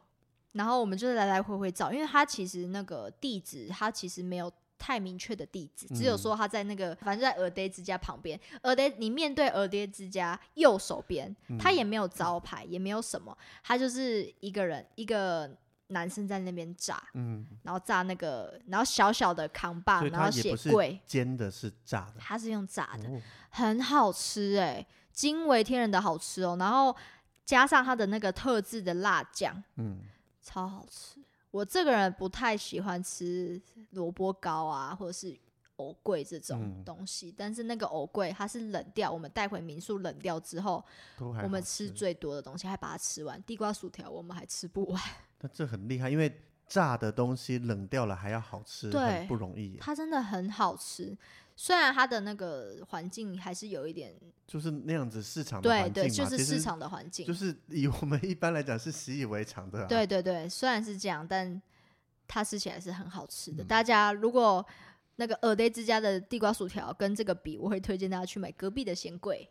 Speaker 1: 然后我们就是来来回回找，因为他其实那个地址他其实没有。太明确的地址，只有
Speaker 2: 嗯
Speaker 1: 说他在那个，反正就在耳爹之家旁边。耳爹，你面对耳爹之家右手边，他
Speaker 2: 嗯
Speaker 1: 也没有招牌，也没有什么，他就是一个人，一个男生在那边炸，
Speaker 2: 嗯，
Speaker 1: 然后炸那个，然后小小的扛把，
Speaker 2: 所以
Speaker 1: 然
Speaker 2: 它
Speaker 1: 后
Speaker 2: 也
Speaker 1: 写
Speaker 2: 不是
Speaker 1: 柜，
Speaker 2: 煎的是炸的，
Speaker 1: 他是用炸的，
Speaker 2: 哦，
Speaker 1: 很好吃哎、惊为天人的好吃哦。然后加上它的那个特制的辣酱，
Speaker 2: 嗯，
Speaker 1: 超好吃。我这个人不太喜欢吃萝卜糕啊，或者是藕桂这种
Speaker 2: 嗯
Speaker 1: 东西，但是那个藕桂它是冷掉，我们带回民宿冷掉之后，
Speaker 2: 都还
Speaker 1: 我们
Speaker 2: 好
Speaker 1: 吃最多的东西，还把它吃完。地瓜薯条我们还吃不完，
Speaker 2: 那这很厉害，因为炸的东西冷掉了还要好吃，
Speaker 1: 对
Speaker 2: 很不容易耶，
Speaker 1: 它真的很好吃。虽然它的那个环境还是有一点，
Speaker 2: 就是那样子市场的
Speaker 1: 对
Speaker 2: 环境
Speaker 1: 对，
Speaker 2: 嘛，
Speaker 1: 就是
Speaker 2: 其
Speaker 1: 市
Speaker 2: 实
Speaker 1: 场的环境，
Speaker 2: 就是以我们一般来讲是习以为常的、啊，
Speaker 1: 对，对对，虽然是这样，但它吃起来是很好吃的。
Speaker 2: 嗯
Speaker 1: 大家如果那个耳 day 之家的地瓜薯条跟这个比，我会推荐大家去买隔壁的咸贵。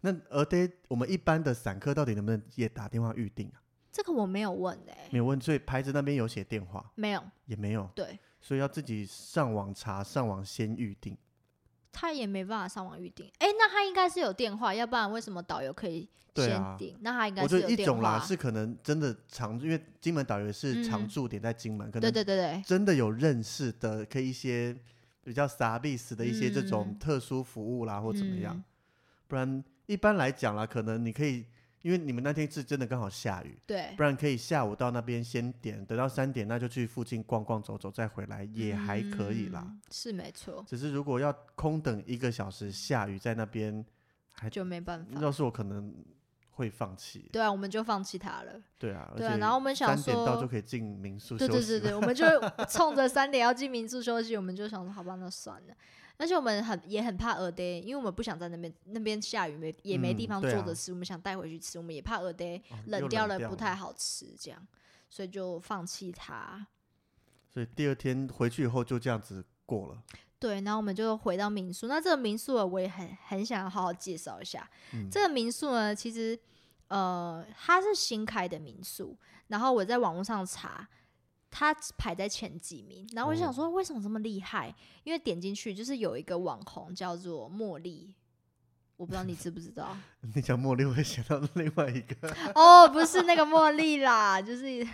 Speaker 2: 那而得我们一般的散客到底能不能也打电话预定啊？
Speaker 1: 这个我没有问哎、
Speaker 2: 没有问，所以牌子那边有写电话
Speaker 1: 没有，
Speaker 2: 也没有，
Speaker 1: 对
Speaker 2: 所以要自己上网查，上网先预定。
Speaker 1: 他也没办法上网预定。哎、那他应该是有电话，要不然为什么导游可以
Speaker 2: 对
Speaker 1: 先
Speaker 2: 啊
Speaker 1: 订？那他应该
Speaker 2: 我觉
Speaker 1: 是
Speaker 2: 得
Speaker 1: 有
Speaker 2: 一
Speaker 1: 电
Speaker 2: 种啦，
Speaker 1: 话。
Speaker 2: 是可能真的常，因为金门导游是
Speaker 1: 嗯
Speaker 2: 常驻点在金门，可
Speaker 1: 对
Speaker 2: 能
Speaker 1: 对对对，
Speaker 2: 真的有认识的，可以一些比较傻逼死的一些这种
Speaker 1: 嗯
Speaker 2: 特殊服务啦，或怎么样。
Speaker 1: 嗯
Speaker 2: 不然一般来讲啦，可能你可以，因为你们那天是真的刚好下雨，
Speaker 1: 对，
Speaker 2: 不然可以下午到那边先点，等到三点那就去附近逛逛走走，再回来也还可以啦。
Speaker 1: 嗯，是没错，
Speaker 2: 只是如果要空等一个小时，下雨在那边，还
Speaker 1: 就没办法。
Speaker 2: 要是我可能会放弃。
Speaker 1: 对啊，我们就放弃他了。
Speaker 2: 对啊，而
Speaker 1: 对啊，
Speaker 2: 且
Speaker 1: 然后我们想
Speaker 2: 三点到就
Speaker 1: 说，
Speaker 2: 可以进民宿休
Speaker 1: 对
Speaker 2: 息。
Speaker 1: 对对 对，我们就冲着三点要进民宿休息，我们就想说，好吧，那算了。而且我们很也很怕 a day，因为我们不想在那边那边下雨没也没地
Speaker 2: 嗯
Speaker 1: 方坐
Speaker 2: 对啊
Speaker 1: 着吃，我们想带回去吃，我们也怕 a day
Speaker 2: 哦又
Speaker 1: 冷
Speaker 2: 掉
Speaker 1: 了不太
Speaker 2: 了
Speaker 1: 好吃，这样，所以就放弃它。
Speaker 2: 所以第二天回去以后就这样子过了。
Speaker 1: 对，然后我们就回到民宿。那这个民宿啊，我也很很想要好好介绍一下。
Speaker 2: 嗯
Speaker 1: 这个民宿呢，其实呃，它是新开的民宿，然后我在网络上查，它排在前几名。然后我就想
Speaker 2: 哦
Speaker 1: 说，为什么这么厉害？因为点进去就是有一个网红叫做茉莉。我不知道你知不知 道
Speaker 2: 你讲茉莉，我会想到另外一个
Speaker 1: 哦，不是那个茉莉啦，就是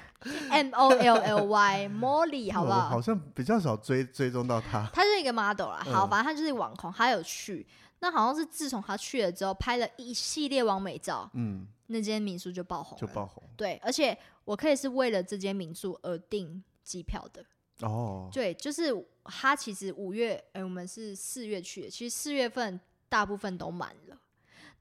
Speaker 1: M O L L Y 茉莉， 好不
Speaker 2: 我
Speaker 1: 好？
Speaker 2: 好像比较少追追踪到他。
Speaker 1: 他就是一个 model 啦，好，
Speaker 2: 嗯
Speaker 1: 反正他就是网红，他有去。那好像是自从他去了之后，拍了一系列完美照，
Speaker 2: 嗯，
Speaker 1: 那间民宿就爆红
Speaker 2: 就
Speaker 1: 了。
Speaker 2: 爆红
Speaker 1: 对，而且我可以是为了这间民宿而订机票的。
Speaker 2: 哦。
Speaker 1: 对，就是他其实五月，哎、我们是四月去的，其实四月份大部分都满了。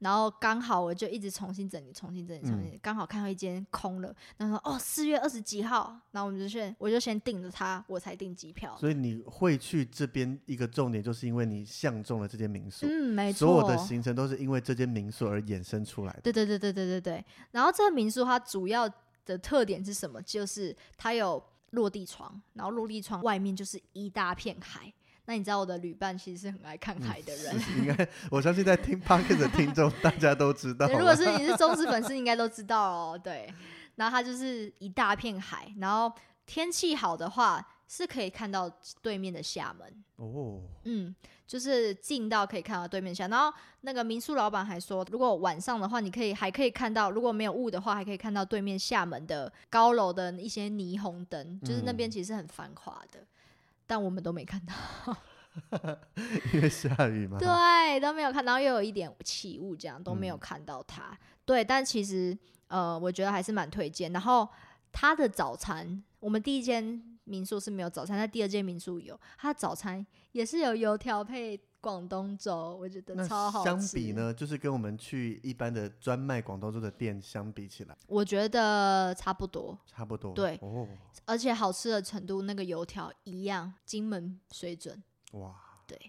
Speaker 1: 然后刚好我就一直重新整理，重新整理，
Speaker 2: 嗯
Speaker 1: 重新整理刚好看到一间空了，然后说哦，四月二十几号，然后我们就先我就先订了它，我才订机票。
Speaker 2: 所以你会去这边一个重点，就是因为你相中了这间民宿，
Speaker 1: 嗯，没错，
Speaker 2: 所有的行程都是因为这间民宿而衍生出来的。
Speaker 1: 对对对对对对对。然后这个民宿它主要的特点是什么？就是它有落地窗，然后落地窗外面就是一大片海。那你知道我的旅伴其实是很爱
Speaker 2: 嗯
Speaker 1: 看海的人，
Speaker 2: 是 应该，我相信在听 p o d c a s t 的听众大家都知道啊
Speaker 1: 对
Speaker 2: 了。
Speaker 1: 如果是你是忠实粉 丝，你应该都知道哦。对，然后它就是一大片海，然后天气好的话是可以看到对面的厦门。
Speaker 2: 哦，
Speaker 1: 嗯，就是近到可以看到对面下，然后那个民宿老板还说，如果晚上的话，你可以还可以看到，如果没有雾的话，还可以看到对面厦门的高楼的一些霓虹灯，就是那边
Speaker 2: 嗯
Speaker 1: 其实很繁华的，但我们都没看到，
Speaker 2: 因为下雨嘛。
Speaker 1: 对，啊都没有看到，又有一点起雾，这样都
Speaker 2: 嗯
Speaker 1: 没有看到它。对，但其实呃，我觉得还是蛮推荐。然后它的早餐，我们第一间民宿是没有早餐，但第二间民宿有，它的早餐也是有油条配广东粥，我觉得
Speaker 2: 那
Speaker 1: 超好吃。
Speaker 2: 相比，呢，就是跟我们去一般的专卖广东粥的店相比起来，
Speaker 1: 我觉得差不多，
Speaker 2: 差不多。
Speaker 1: 对
Speaker 2: 哦，
Speaker 1: 而且好吃的程度，那个油条一样，金门水准。
Speaker 2: 哇，
Speaker 1: 对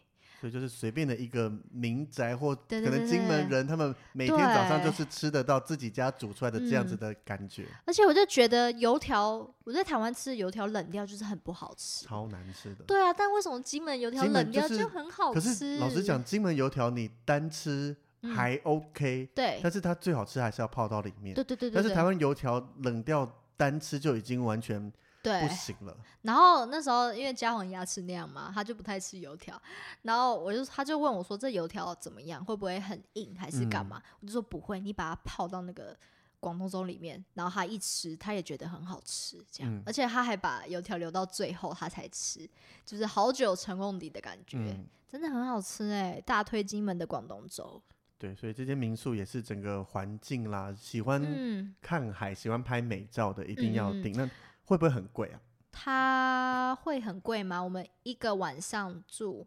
Speaker 2: 所以就是随便的一个民宅或可
Speaker 1: 对对
Speaker 2: 能
Speaker 1: 对
Speaker 2: 金
Speaker 1: 对
Speaker 2: 门人，他们每天早上
Speaker 1: 对
Speaker 2: 就是吃得到自己家煮出来的这样子的感觉，
Speaker 1: 而且我就觉得油条，我在台湾吃的油条冷掉就是很不好吃。
Speaker 2: 超难吃的。
Speaker 1: 对啊，但为什么金门油条
Speaker 2: 金门
Speaker 1: 冷掉
Speaker 2: 就是
Speaker 1: 就很好
Speaker 2: 可
Speaker 1: 吃？
Speaker 2: 是老实讲，，金门油条你单吃
Speaker 1: 嗯
Speaker 2: 还 OK，、
Speaker 1: 对，
Speaker 2: 但是它最好吃还是要泡到里面。
Speaker 1: 对对对对，
Speaker 2: 但是
Speaker 1: 对
Speaker 2: 台湾油条冷掉单吃就已经完全不
Speaker 1: 对，
Speaker 2: 行了，
Speaker 1: 然后那时候因为嘉宏牙齿那样嘛，他就不太吃油条，然后我就他就问我说这油条怎么样，会不会很硬还是
Speaker 2: 嗯
Speaker 1: 干嘛？我就说不会，你把它泡到那个广东粥里面，然后他一吃，他也觉得很好吃，这样，
Speaker 2: 嗯
Speaker 1: 而且他还把油条留到最后他才吃，就是好久成功底的感觉，
Speaker 2: 嗯，
Speaker 1: 真的很好吃哎、大推金门的广东粥，
Speaker 2: 对，所以这间民宿也是整个环境啦，喜欢
Speaker 1: 嗯，
Speaker 2: 看海、喜欢拍美照的一定要
Speaker 1: 嗯嗯
Speaker 2: 订。那会不会很贵啊？
Speaker 1: 它会很贵吗？我们一个晚上住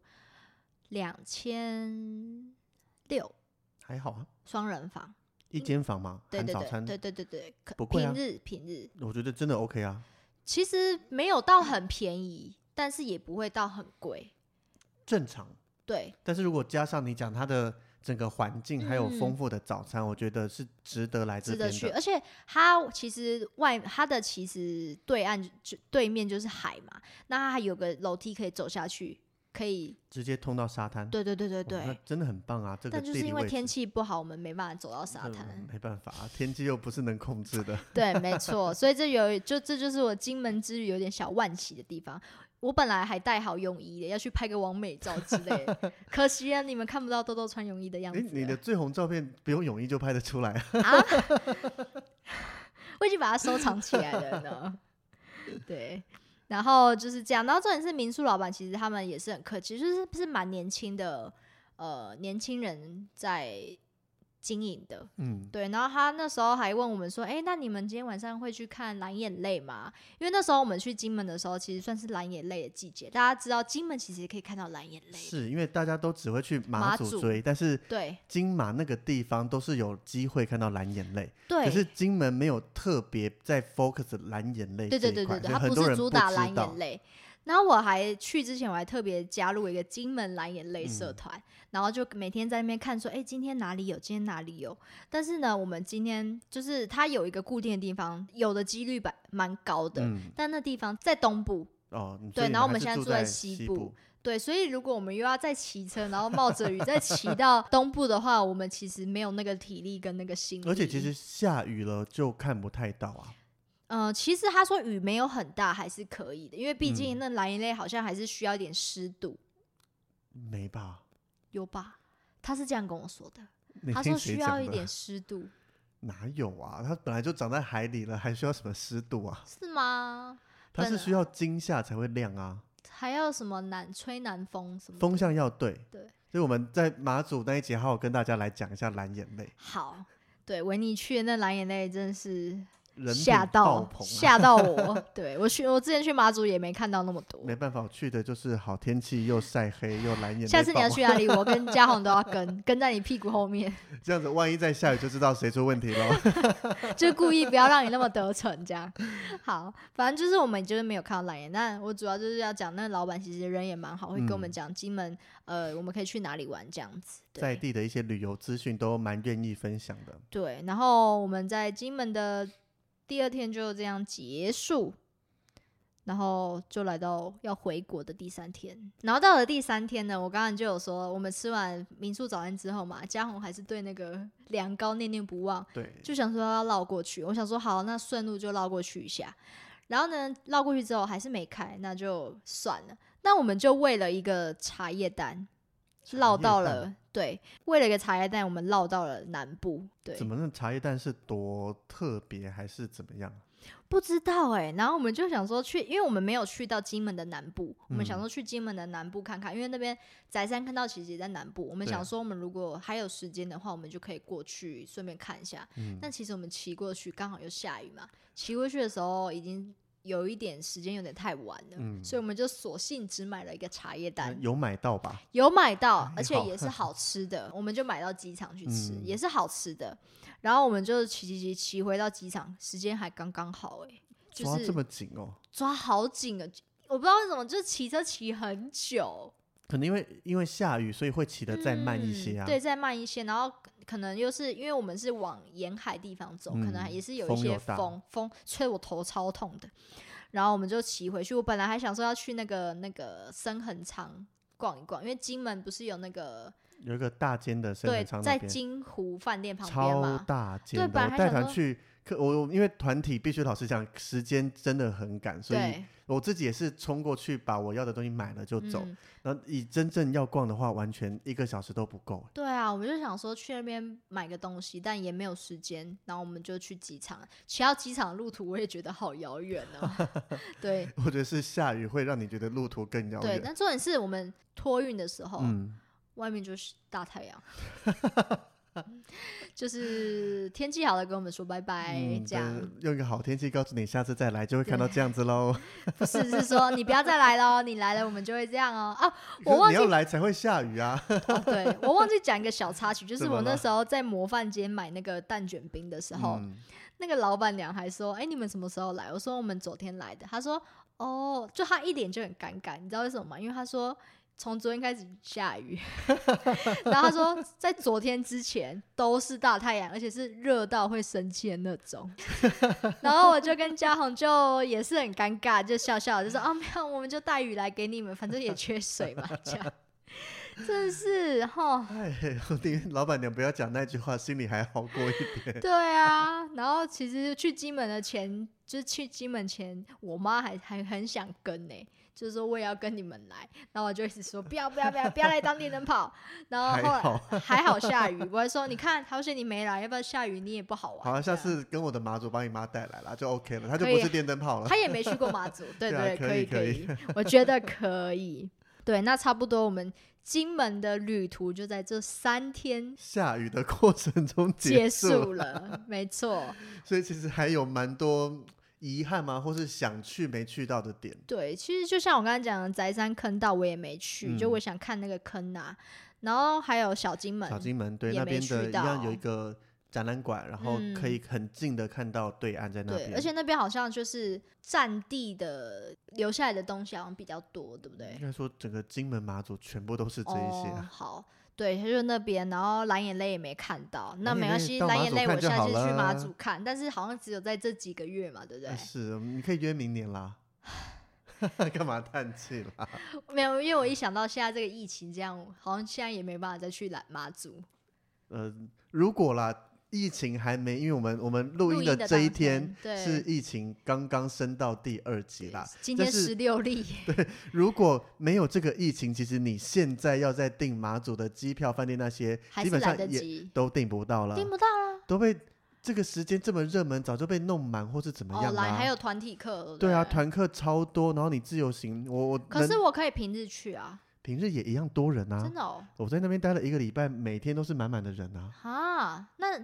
Speaker 1: 两千六
Speaker 2: 还好啊，
Speaker 1: 双人房，
Speaker 2: 一间房嘛，
Speaker 1: 嗯对
Speaker 2: 含
Speaker 1: 对
Speaker 2: 早
Speaker 1: 对
Speaker 2: 餐，
Speaker 1: 对对对对，可
Speaker 2: 不贵啊
Speaker 1: 平日平日
Speaker 2: 我觉得真的 OK 啊。
Speaker 1: 其实没有到很便宜，但是也不会到很贵，
Speaker 2: 正常。
Speaker 1: 对，
Speaker 2: 但是如果加上你讲它的整个环境，还有
Speaker 1: 嗯
Speaker 2: 丰富的早餐，我觉得是值得来这
Speaker 1: 值
Speaker 2: 边
Speaker 1: 得
Speaker 2: 的。
Speaker 1: 去。而且它其实外它的其实对岸就对面就是海嘛，那它还有个楼梯可以走下去，可以，
Speaker 2: 直接通到沙滩。
Speaker 1: 对对对对
Speaker 2: 哦
Speaker 1: 对。
Speaker 2: 那真的很棒啊！这个
Speaker 1: 但就
Speaker 2: 地
Speaker 1: 是
Speaker 2: 理
Speaker 1: 因
Speaker 2: 位
Speaker 1: 为
Speaker 2: 置
Speaker 1: 天气不好，我们没办法走到沙
Speaker 2: 嗯
Speaker 1: 滩。
Speaker 2: 没办法啊，天气又不是能控制的。
Speaker 1: 对，没错，所以这有就这就是我金门之旅有点小惋惜的地方。我本来还带好泳衣的，要去拍个完美照之 类的，可惜啊，你们看不到豆豆穿泳衣的样
Speaker 2: 哎、
Speaker 1: 子啊了。
Speaker 2: 你的最红照片不用泳衣就拍得出来啊，
Speaker 1: 啊， 我已经把它收藏起来了呢。对，然后就是这样，然后重点是民宿老板其实他们也是很客气，就是是蛮年轻的，呃，年轻人在经营的，
Speaker 2: 嗯，
Speaker 1: 对，然后他那时候还问我们说：“哎，那你们今天晚上会去看蓝眼泪吗？”因为那时候我们去金门的时候，其实算是蓝眼泪的季节。大家知道金门其实可以看到蓝眼泪，
Speaker 2: 是因为大家都只会去马
Speaker 1: 马
Speaker 2: 祖
Speaker 1: 祖
Speaker 2: 追，但是
Speaker 1: 对
Speaker 2: 金马那个地方都是有机会看到蓝眼泪，
Speaker 1: 对，
Speaker 2: 可是金门没有特别在 focus 蓝眼泪这
Speaker 1: 对
Speaker 2: 一
Speaker 1: 对对
Speaker 2: 块
Speaker 1: 对对，
Speaker 2: 所以
Speaker 1: 它
Speaker 2: 很
Speaker 1: 不
Speaker 2: 多
Speaker 1: 是
Speaker 2: 人
Speaker 1: 主
Speaker 2: 不
Speaker 1: 打
Speaker 2: 知
Speaker 1: 蓝
Speaker 2: 道
Speaker 1: 眼泪。然后我还去之前，我还特别加入一个金门蓝眼泪社
Speaker 2: 嗯
Speaker 1: 团，然后就每天在那边看说，哎，今天哪里有，今天哪里有。但是呢，我们今天就是它有一个固定的地方，有的几率蛮蛮高的，
Speaker 2: 嗯，
Speaker 1: 但那地方在东部，
Speaker 2: 哦，嗯
Speaker 1: 对
Speaker 2: 所以你
Speaker 1: 然后我
Speaker 2: 还
Speaker 1: 们
Speaker 2: 是
Speaker 1: 现在
Speaker 2: 住
Speaker 1: 住在
Speaker 2: 在
Speaker 1: 西
Speaker 2: 西
Speaker 1: 部，对，所以如果我们又要再骑车，然后冒着雨再 骑到东部的话，我们其实没有那个体力跟那个心力。
Speaker 2: 而且其实，下雨了就看不太到啊。
Speaker 1: 呃，其实他说雨没有很大，还是可以的，因为毕
Speaker 2: 嗯
Speaker 1: 竟那蓝眼泪好像还是需要一点湿度，
Speaker 2: 没吧？
Speaker 1: 有吧？他是这样跟我说的，
Speaker 2: 你
Speaker 1: 他
Speaker 2: 听
Speaker 1: 说
Speaker 2: 谁
Speaker 1: 需
Speaker 2: 讲
Speaker 1: 要
Speaker 2: 的？
Speaker 1: 一 点湿度，
Speaker 2: 哪有啊？它本来就长在海里了，还需要什么湿度啊？
Speaker 1: 是吗？
Speaker 2: 它是
Speaker 1: 本
Speaker 2: 需要惊吓才会亮啊，
Speaker 1: 还要什么南吹南风什么的？
Speaker 2: 风向要对。
Speaker 1: 嗯对，
Speaker 2: 所以我们在马祖那一节，好好跟大家来讲一下蓝眼泪，
Speaker 1: 好，对，维尼去的那蓝眼泪真的是
Speaker 2: 人品
Speaker 1: 吓
Speaker 2: 爆
Speaker 1: 到
Speaker 2: 棚啊！
Speaker 1: 吓到 我，对我去我之前去马祖也没看到那么多，
Speaker 2: 没办法，我去的就是好天气，又晒黑又蓝眼泪。
Speaker 1: 下次你要
Speaker 2: 爆
Speaker 1: 去哪里，我跟嘉宏都 要跟，跟在你屁股后面，
Speaker 2: 这样子，万一再下雨就知道谁出问题了。
Speaker 1: 就故意不要让你那么得逞，这样。好，反正就是我们就是没有看到蓝眼，那我主要就是要讲，那老板其实人也蛮好，会跟我们
Speaker 2: 嗯
Speaker 1: 讲金门，呃，我们可以去哪里玩这样子。
Speaker 2: 在
Speaker 1: 对
Speaker 2: 地的一些旅游资讯都蛮愿意分享的。
Speaker 1: 对，然后我们在金门的第二天就这样结束。然后就来到要回国的第三天，然后到了第三天呢，我刚刚就有说，我们吃完民宿早餐之后嘛，嘉宏还是对那个 凉糕念念不忘，
Speaker 2: 对，
Speaker 1: 就想说要绕过去，我想说好，那顺路就绕过去一下。然后呢，绕过去之后还是没开，那就算了。那我们就为了一个茶叶蛋，
Speaker 2: 茶
Speaker 1: 绕
Speaker 2: 叶蛋
Speaker 1: 到了对，为了一个茶叶蛋，我们绕到了南部。对，
Speaker 2: 怎么那茶叶蛋是多特别还是怎么样？
Speaker 1: 不知道哎、然后我们就想说去，因为我们没有去到金门的南部，我们想
Speaker 2: 嗯
Speaker 1: 说去金门的南部看看，因为那边宅山看到其实也在南部。我们
Speaker 2: 对啊
Speaker 1: 想说，我们如果还有时间的话，我们就可以过去顺便看一下。
Speaker 2: 嗯，
Speaker 1: 但其实我们骑过去刚好又下雨嘛，骑过去的时候已经有一点时间有点太晚了，
Speaker 2: 嗯
Speaker 1: 所以我们就索性只买了一个茶叶
Speaker 2: 那
Speaker 1: 蛋，
Speaker 2: 有买到吧？
Speaker 1: 有买到
Speaker 2: 还，
Speaker 1: 而且
Speaker 2: 嗯好
Speaker 1: 也是好吃的，我们就买到机场去吃，
Speaker 2: 嗯
Speaker 1: 也是好吃的。然后我们就骑骑骑骑回到机场，时间还刚刚好、欸，就
Speaker 2: 抓
Speaker 1: 是
Speaker 2: 这么紧哦，
Speaker 1: 抓好紧啊！我不知道为什么，就是骑车骑很久，
Speaker 2: 可能因为因为下雨，所以会骑得再慢一
Speaker 1: 嗯
Speaker 2: 些啊。
Speaker 1: 对，再慢一些，然后可可能又是因为我们是往沿海地方走，可能
Speaker 2: 嗯
Speaker 1: 还也是有一
Speaker 2: 风
Speaker 1: 些
Speaker 2: 又大
Speaker 1: 风，风吹我头超痛的。然后我们就骑回去，我本来还想说要去那个那个深恒仓逛一逛，因为金门不是有那个
Speaker 2: 有一个大间的生
Speaker 1: 对
Speaker 2: 产仓那
Speaker 1: 在
Speaker 2: 边，
Speaker 1: 金湖饭店旁边
Speaker 2: 超
Speaker 1: 嘛，
Speaker 2: 大间的。
Speaker 1: 对本来
Speaker 2: 我
Speaker 1: 还
Speaker 2: 带
Speaker 1: 想
Speaker 2: 团
Speaker 1: 说
Speaker 2: 去，可我我因为团体必须老实讲，时间真的很赶，所以
Speaker 1: 对，
Speaker 2: 我自己也是冲过去把我要的东西买了就走。
Speaker 1: 嗯
Speaker 2: 然后以真正要逛的话，完全一个小时都不够。
Speaker 1: 对啊，我们就想说去那边买个东西，但也没有时间，然后我们就去机场。骑到机场的路途，我也觉得好遥远 哦。对
Speaker 2: 我觉得是下雨会让你觉得路途更遥
Speaker 1: 对，
Speaker 2: 远。
Speaker 1: 但重点是我们托运的时候，
Speaker 2: 嗯，
Speaker 1: 外面就是大太阳， 就是天气好了跟我们说拜拜，
Speaker 2: 嗯
Speaker 1: 这样
Speaker 2: 对用一个好天气告诉你，下次再来就会看到这样子喽。
Speaker 1: 不是是说你不要再来喽，你来了我们就会这样哦。啊，
Speaker 2: 可是
Speaker 1: 我忘
Speaker 2: 你
Speaker 1: 记
Speaker 2: 要来才会下雨啊。
Speaker 1: 哦对我忘记讲一个小插曲，就是
Speaker 2: 怎么
Speaker 1: 我那
Speaker 2: 了
Speaker 1: 时候在模范街买那个蛋卷冰的时候，
Speaker 2: 嗯
Speaker 1: 那个老板娘还说：“哎、你们什么时候来？”我说：“我们昨天来的。”她说：“哦，就她一脸就很尴尬，你知道为什么吗？因为她说从昨天开始下雨， 然后她说在昨天之前都是大太阳，而且是热到会生气的那种。 然后我就跟嘉宏就也是很尴尬，就笑笑就说：‘啊，没有，我们就带雨来给你们，反正也缺水嘛。’这样真的是哈。
Speaker 2: 哎， 我宁愿老板娘不要讲那句话，心里还好过一点。
Speaker 1: 对啊，然后其实去金门的前，就是去金门前，我妈还还很想跟呢、就是说我也要跟你们来，然后我就一直说不要不要不要不要来当电灯泡，然后
Speaker 2: 还
Speaker 1: 哦后来
Speaker 2: 好
Speaker 1: 还好下雨，我还说你看好险你没来，要不然下雨你也不好玩。
Speaker 2: 好了，啊下
Speaker 1: 这样
Speaker 2: 次跟我的马祖把你妈带来了，就 OK 了，她就
Speaker 1: 可
Speaker 2: 不
Speaker 1: 以
Speaker 2: 是电灯泡了。
Speaker 1: 他也没去过马祖，对
Speaker 2: 对啊
Speaker 1: 对，
Speaker 2: 可
Speaker 1: 可
Speaker 2: 以可
Speaker 1: 可以，我觉得可以。对，那差不多我们金门的旅途就在这三天
Speaker 2: 下雨的过程中
Speaker 1: 结
Speaker 2: 束，
Speaker 1: 束了，没错。
Speaker 2: 所以其实还有蛮多遗憾吗？或是想去没去到的点？
Speaker 1: 对，其实就像我刚才讲的，宅山坑道我也没去，就
Speaker 2: 嗯
Speaker 1: 我想看那个坑啊，然后还有小金门，
Speaker 2: 小金门对
Speaker 1: 也
Speaker 2: 那
Speaker 1: 没
Speaker 2: 边的
Speaker 1: 去
Speaker 2: 一样
Speaker 1: 到嗯
Speaker 2: 有一个展览馆，然后可以很近的看到对岸在那边，
Speaker 1: 对，而且那边好像就是占地的留下来的东西好像比较多，对不对
Speaker 2: 应？该说整个金门马祖全部都是这一些
Speaker 1: 哦
Speaker 2: 啊。，
Speaker 1: 好，对，就是那边，然后蓝眼泪也没看到，那
Speaker 2: 蓝眼
Speaker 1: 没关
Speaker 2: 泪
Speaker 1: 系，
Speaker 2: 到
Speaker 1: 蓝
Speaker 2: 马
Speaker 1: 眼
Speaker 2: 祖
Speaker 1: 泪
Speaker 2: 看
Speaker 1: 我
Speaker 2: 就
Speaker 1: 下
Speaker 2: 好
Speaker 1: 次去
Speaker 2: 啦
Speaker 1: 马祖看，但是好像只有在这几个月嘛，对不对
Speaker 2: 啊？是，你可以约明年啦。 干嘛叹气啦？
Speaker 1: 没有，因为我
Speaker 2: 嗯
Speaker 1: 一想到现在这个疫情这样，好像现在也没办法再去蓝马祖。
Speaker 2: 呃，如果啦，疫情还没，因为我们我们录
Speaker 1: 录
Speaker 2: 音的这一
Speaker 1: 当
Speaker 2: 天，
Speaker 1: 天对，
Speaker 2: 是疫情刚刚升到第二级啦。
Speaker 1: 今
Speaker 2: 这
Speaker 1: 天
Speaker 2: 是
Speaker 1: 十六例，
Speaker 2: 如果没有这个疫情，其实你现在要再订马祖的机票、饭店那些，
Speaker 1: 还
Speaker 2: 基
Speaker 1: 是
Speaker 2: 本
Speaker 1: 来
Speaker 2: 上
Speaker 1: 得
Speaker 2: 也啊
Speaker 1: 及，
Speaker 2: 都订不到了，
Speaker 1: 订不到啊了。
Speaker 2: 都被这个时间这么热门，早就被弄满或是怎么
Speaker 1: 哦，
Speaker 2: 样啦、
Speaker 1: 来还有团体课，对不
Speaker 2: 对啊，
Speaker 1: 对。
Speaker 2: 团客超多，然后你自由行，我我
Speaker 1: 可是
Speaker 2: 能
Speaker 1: 我可以平日去啊，
Speaker 2: 平日也一样多人啊
Speaker 1: 真。的哦。
Speaker 2: 我在那边待了一个礼拜，每天都是满满的人啊。
Speaker 1: 啊，那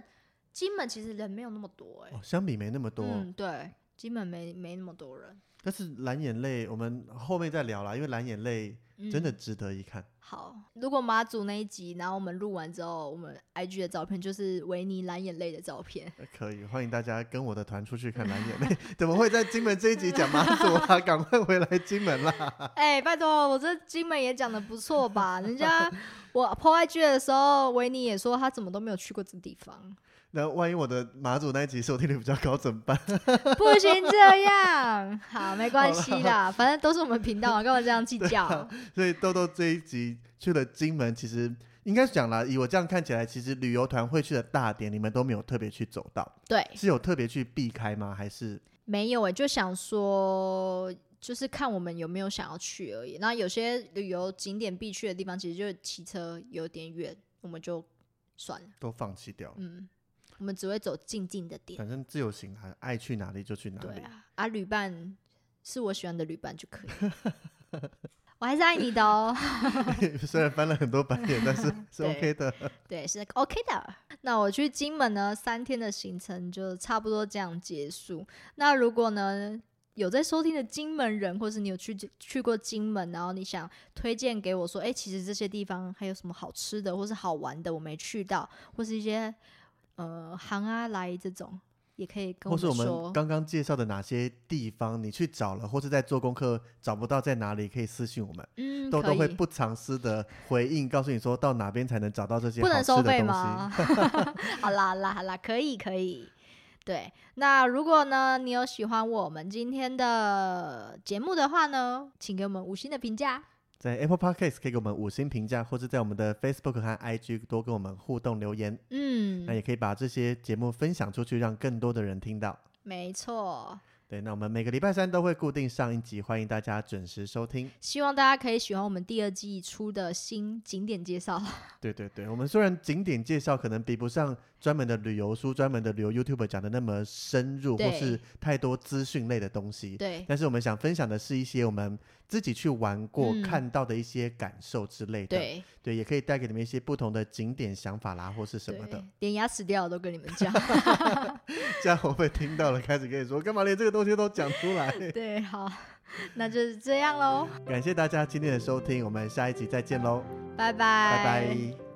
Speaker 1: 金门其实人没有那么多哎、
Speaker 2: 哦，相比没那么多，
Speaker 1: 嗯，对，金门没没那么多人。
Speaker 2: 但是蓝眼泪我们后面再聊啦，因为蓝眼泪真的
Speaker 1: 嗯
Speaker 2: 值得一看。
Speaker 1: 好，如果马祖那一集，然后我们录完之后，我们 IG 的照片就是维尼蓝眼泪的照片。
Speaker 2: 呃可以，欢迎大家跟我的团出去看蓝眼泪。 怎么会在金门这一集讲马祖啊？赶快回来金门啦！
Speaker 1: 哎、拜托，我这金门也讲的不错吧？人家我 po IG 的时候，维尼也说他怎么都没有去过这地方，
Speaker 2: 那万一我的马祖那一集收听率比较高怎么办？
Speaker 1: 不行这样。 好，没关
Speaker 2: 好
Speaker 1: 系啦，反正都是我们频道啊，干嘛这样计较？
Speaker 2: 所以豆豆这一集去了金门，其实应该是讲啦，以我这样看起来，其实旅游团会去的大点，你们都没有特别去走到，
Speaker 1: 对，
Speaker 2: 是有特别去避开吗？还是
Speaker 1: 没有哎、就想说，就是看我们有没有想要去而已。那有些旅游景点必去的地方，其实就是骑车有点远，我们就算了，
Speaker 2: 都放弃掉了？
Speaker 1: 嗯，我们只会走近近的点。
Speaker 2: 反正 自由行啊，爱去哪里就去哪
Speaker 1: 对
Speaker 2: 里。
Speaker 1: 啊，啊，旅伴是我喜欢的旅伴就可以了。我还是爱你的哦，
Speaker 2: 虽然翻了很多白眼， 但是是
Speaker 1: 对
Speaker 2: OK 的。
Speaker 1: 对，是 OK 的。那我去金门呢，三天的行程就差不多这样结束。那如果呢有在收听的金门人，或是你有去去过金门，然后你想推荐给我说，哎、其实这些地方还有什么好吃的，或是好玩的，我没去到，或是一些呃行啊来这种，也可以跟
Speaker 2: 或是我们
Speaker 1: 们说。
Speaker 2: 刚刚介绍的哪些地方，你去找了，或是在做功课找不到在哪里，可以私信我们，
Speaker 1: 嗯，
Speaker 2: 豆
Speaker 1: 可
Speaker 2: 豆
Speaker 1: 以。
Speaker 2: 会不藏私的回应，告诉你说到哪边才能找到这些
Speaker 1: 不能
Speaker 2: 好
Speaker 1: 收
Speaker 2: 吃的
Speaker 1: 费
Speaker 2: 东
Speaker 1: 吗
Speaker 2: 西。？
Speaker 1: 好啦好啦好啦，可以可以。对，那如果呢，你有喜欢我们今天的节目的话呢，请给我们五星的评价。
Speaker 2: 在 Apple Podcast 可以给我们五星评价，或是在我们的 Facebook 和 IG 多跟我们互动留言。那
Speaker 1: 嗯，
Speaker 2: 也可以把这些节目分享出去，让更多的人听到。
Speaker 1: 没错，
Speaker 2: 对，那我们每个礼拜三都会固定上一集，欢迎大家准时收听。
Speaker 1: 希望大家可以喜欢我们第二季出的新景点介绍。
Speaker 2: 对对对，我们虽然景点介绍可能比不上专门的旅游书、专门的旅游 YouTube 讲的那么深入，或
Speaker 1: 对
Speaker 2: 是太多资讯类的东西，
Speaker 1: 对，
Speaker 2: 但是我们想分享的是一些我们自己去玩过、
Speaker 1: 嗯
Speaker 2: 看到的一些感受之类的。
Speaker 1: 对，
Speaker 2: 对也可以带给你们一些不同的景点想法啦，或是什么的
Speaker 1: 对。，连牙齿掉了都跟你们 讲。
Speaker 2: 这样我被听到了，开始跟你说，干嘛连这个东西都讲出来？
Speaker 1: 对，好，那就是这样喽，
Speaker 2: 感谢大家今天的收听，我们下一集再见喽，
Speaker 1: 拜拜，
Speaker 2: 拜拜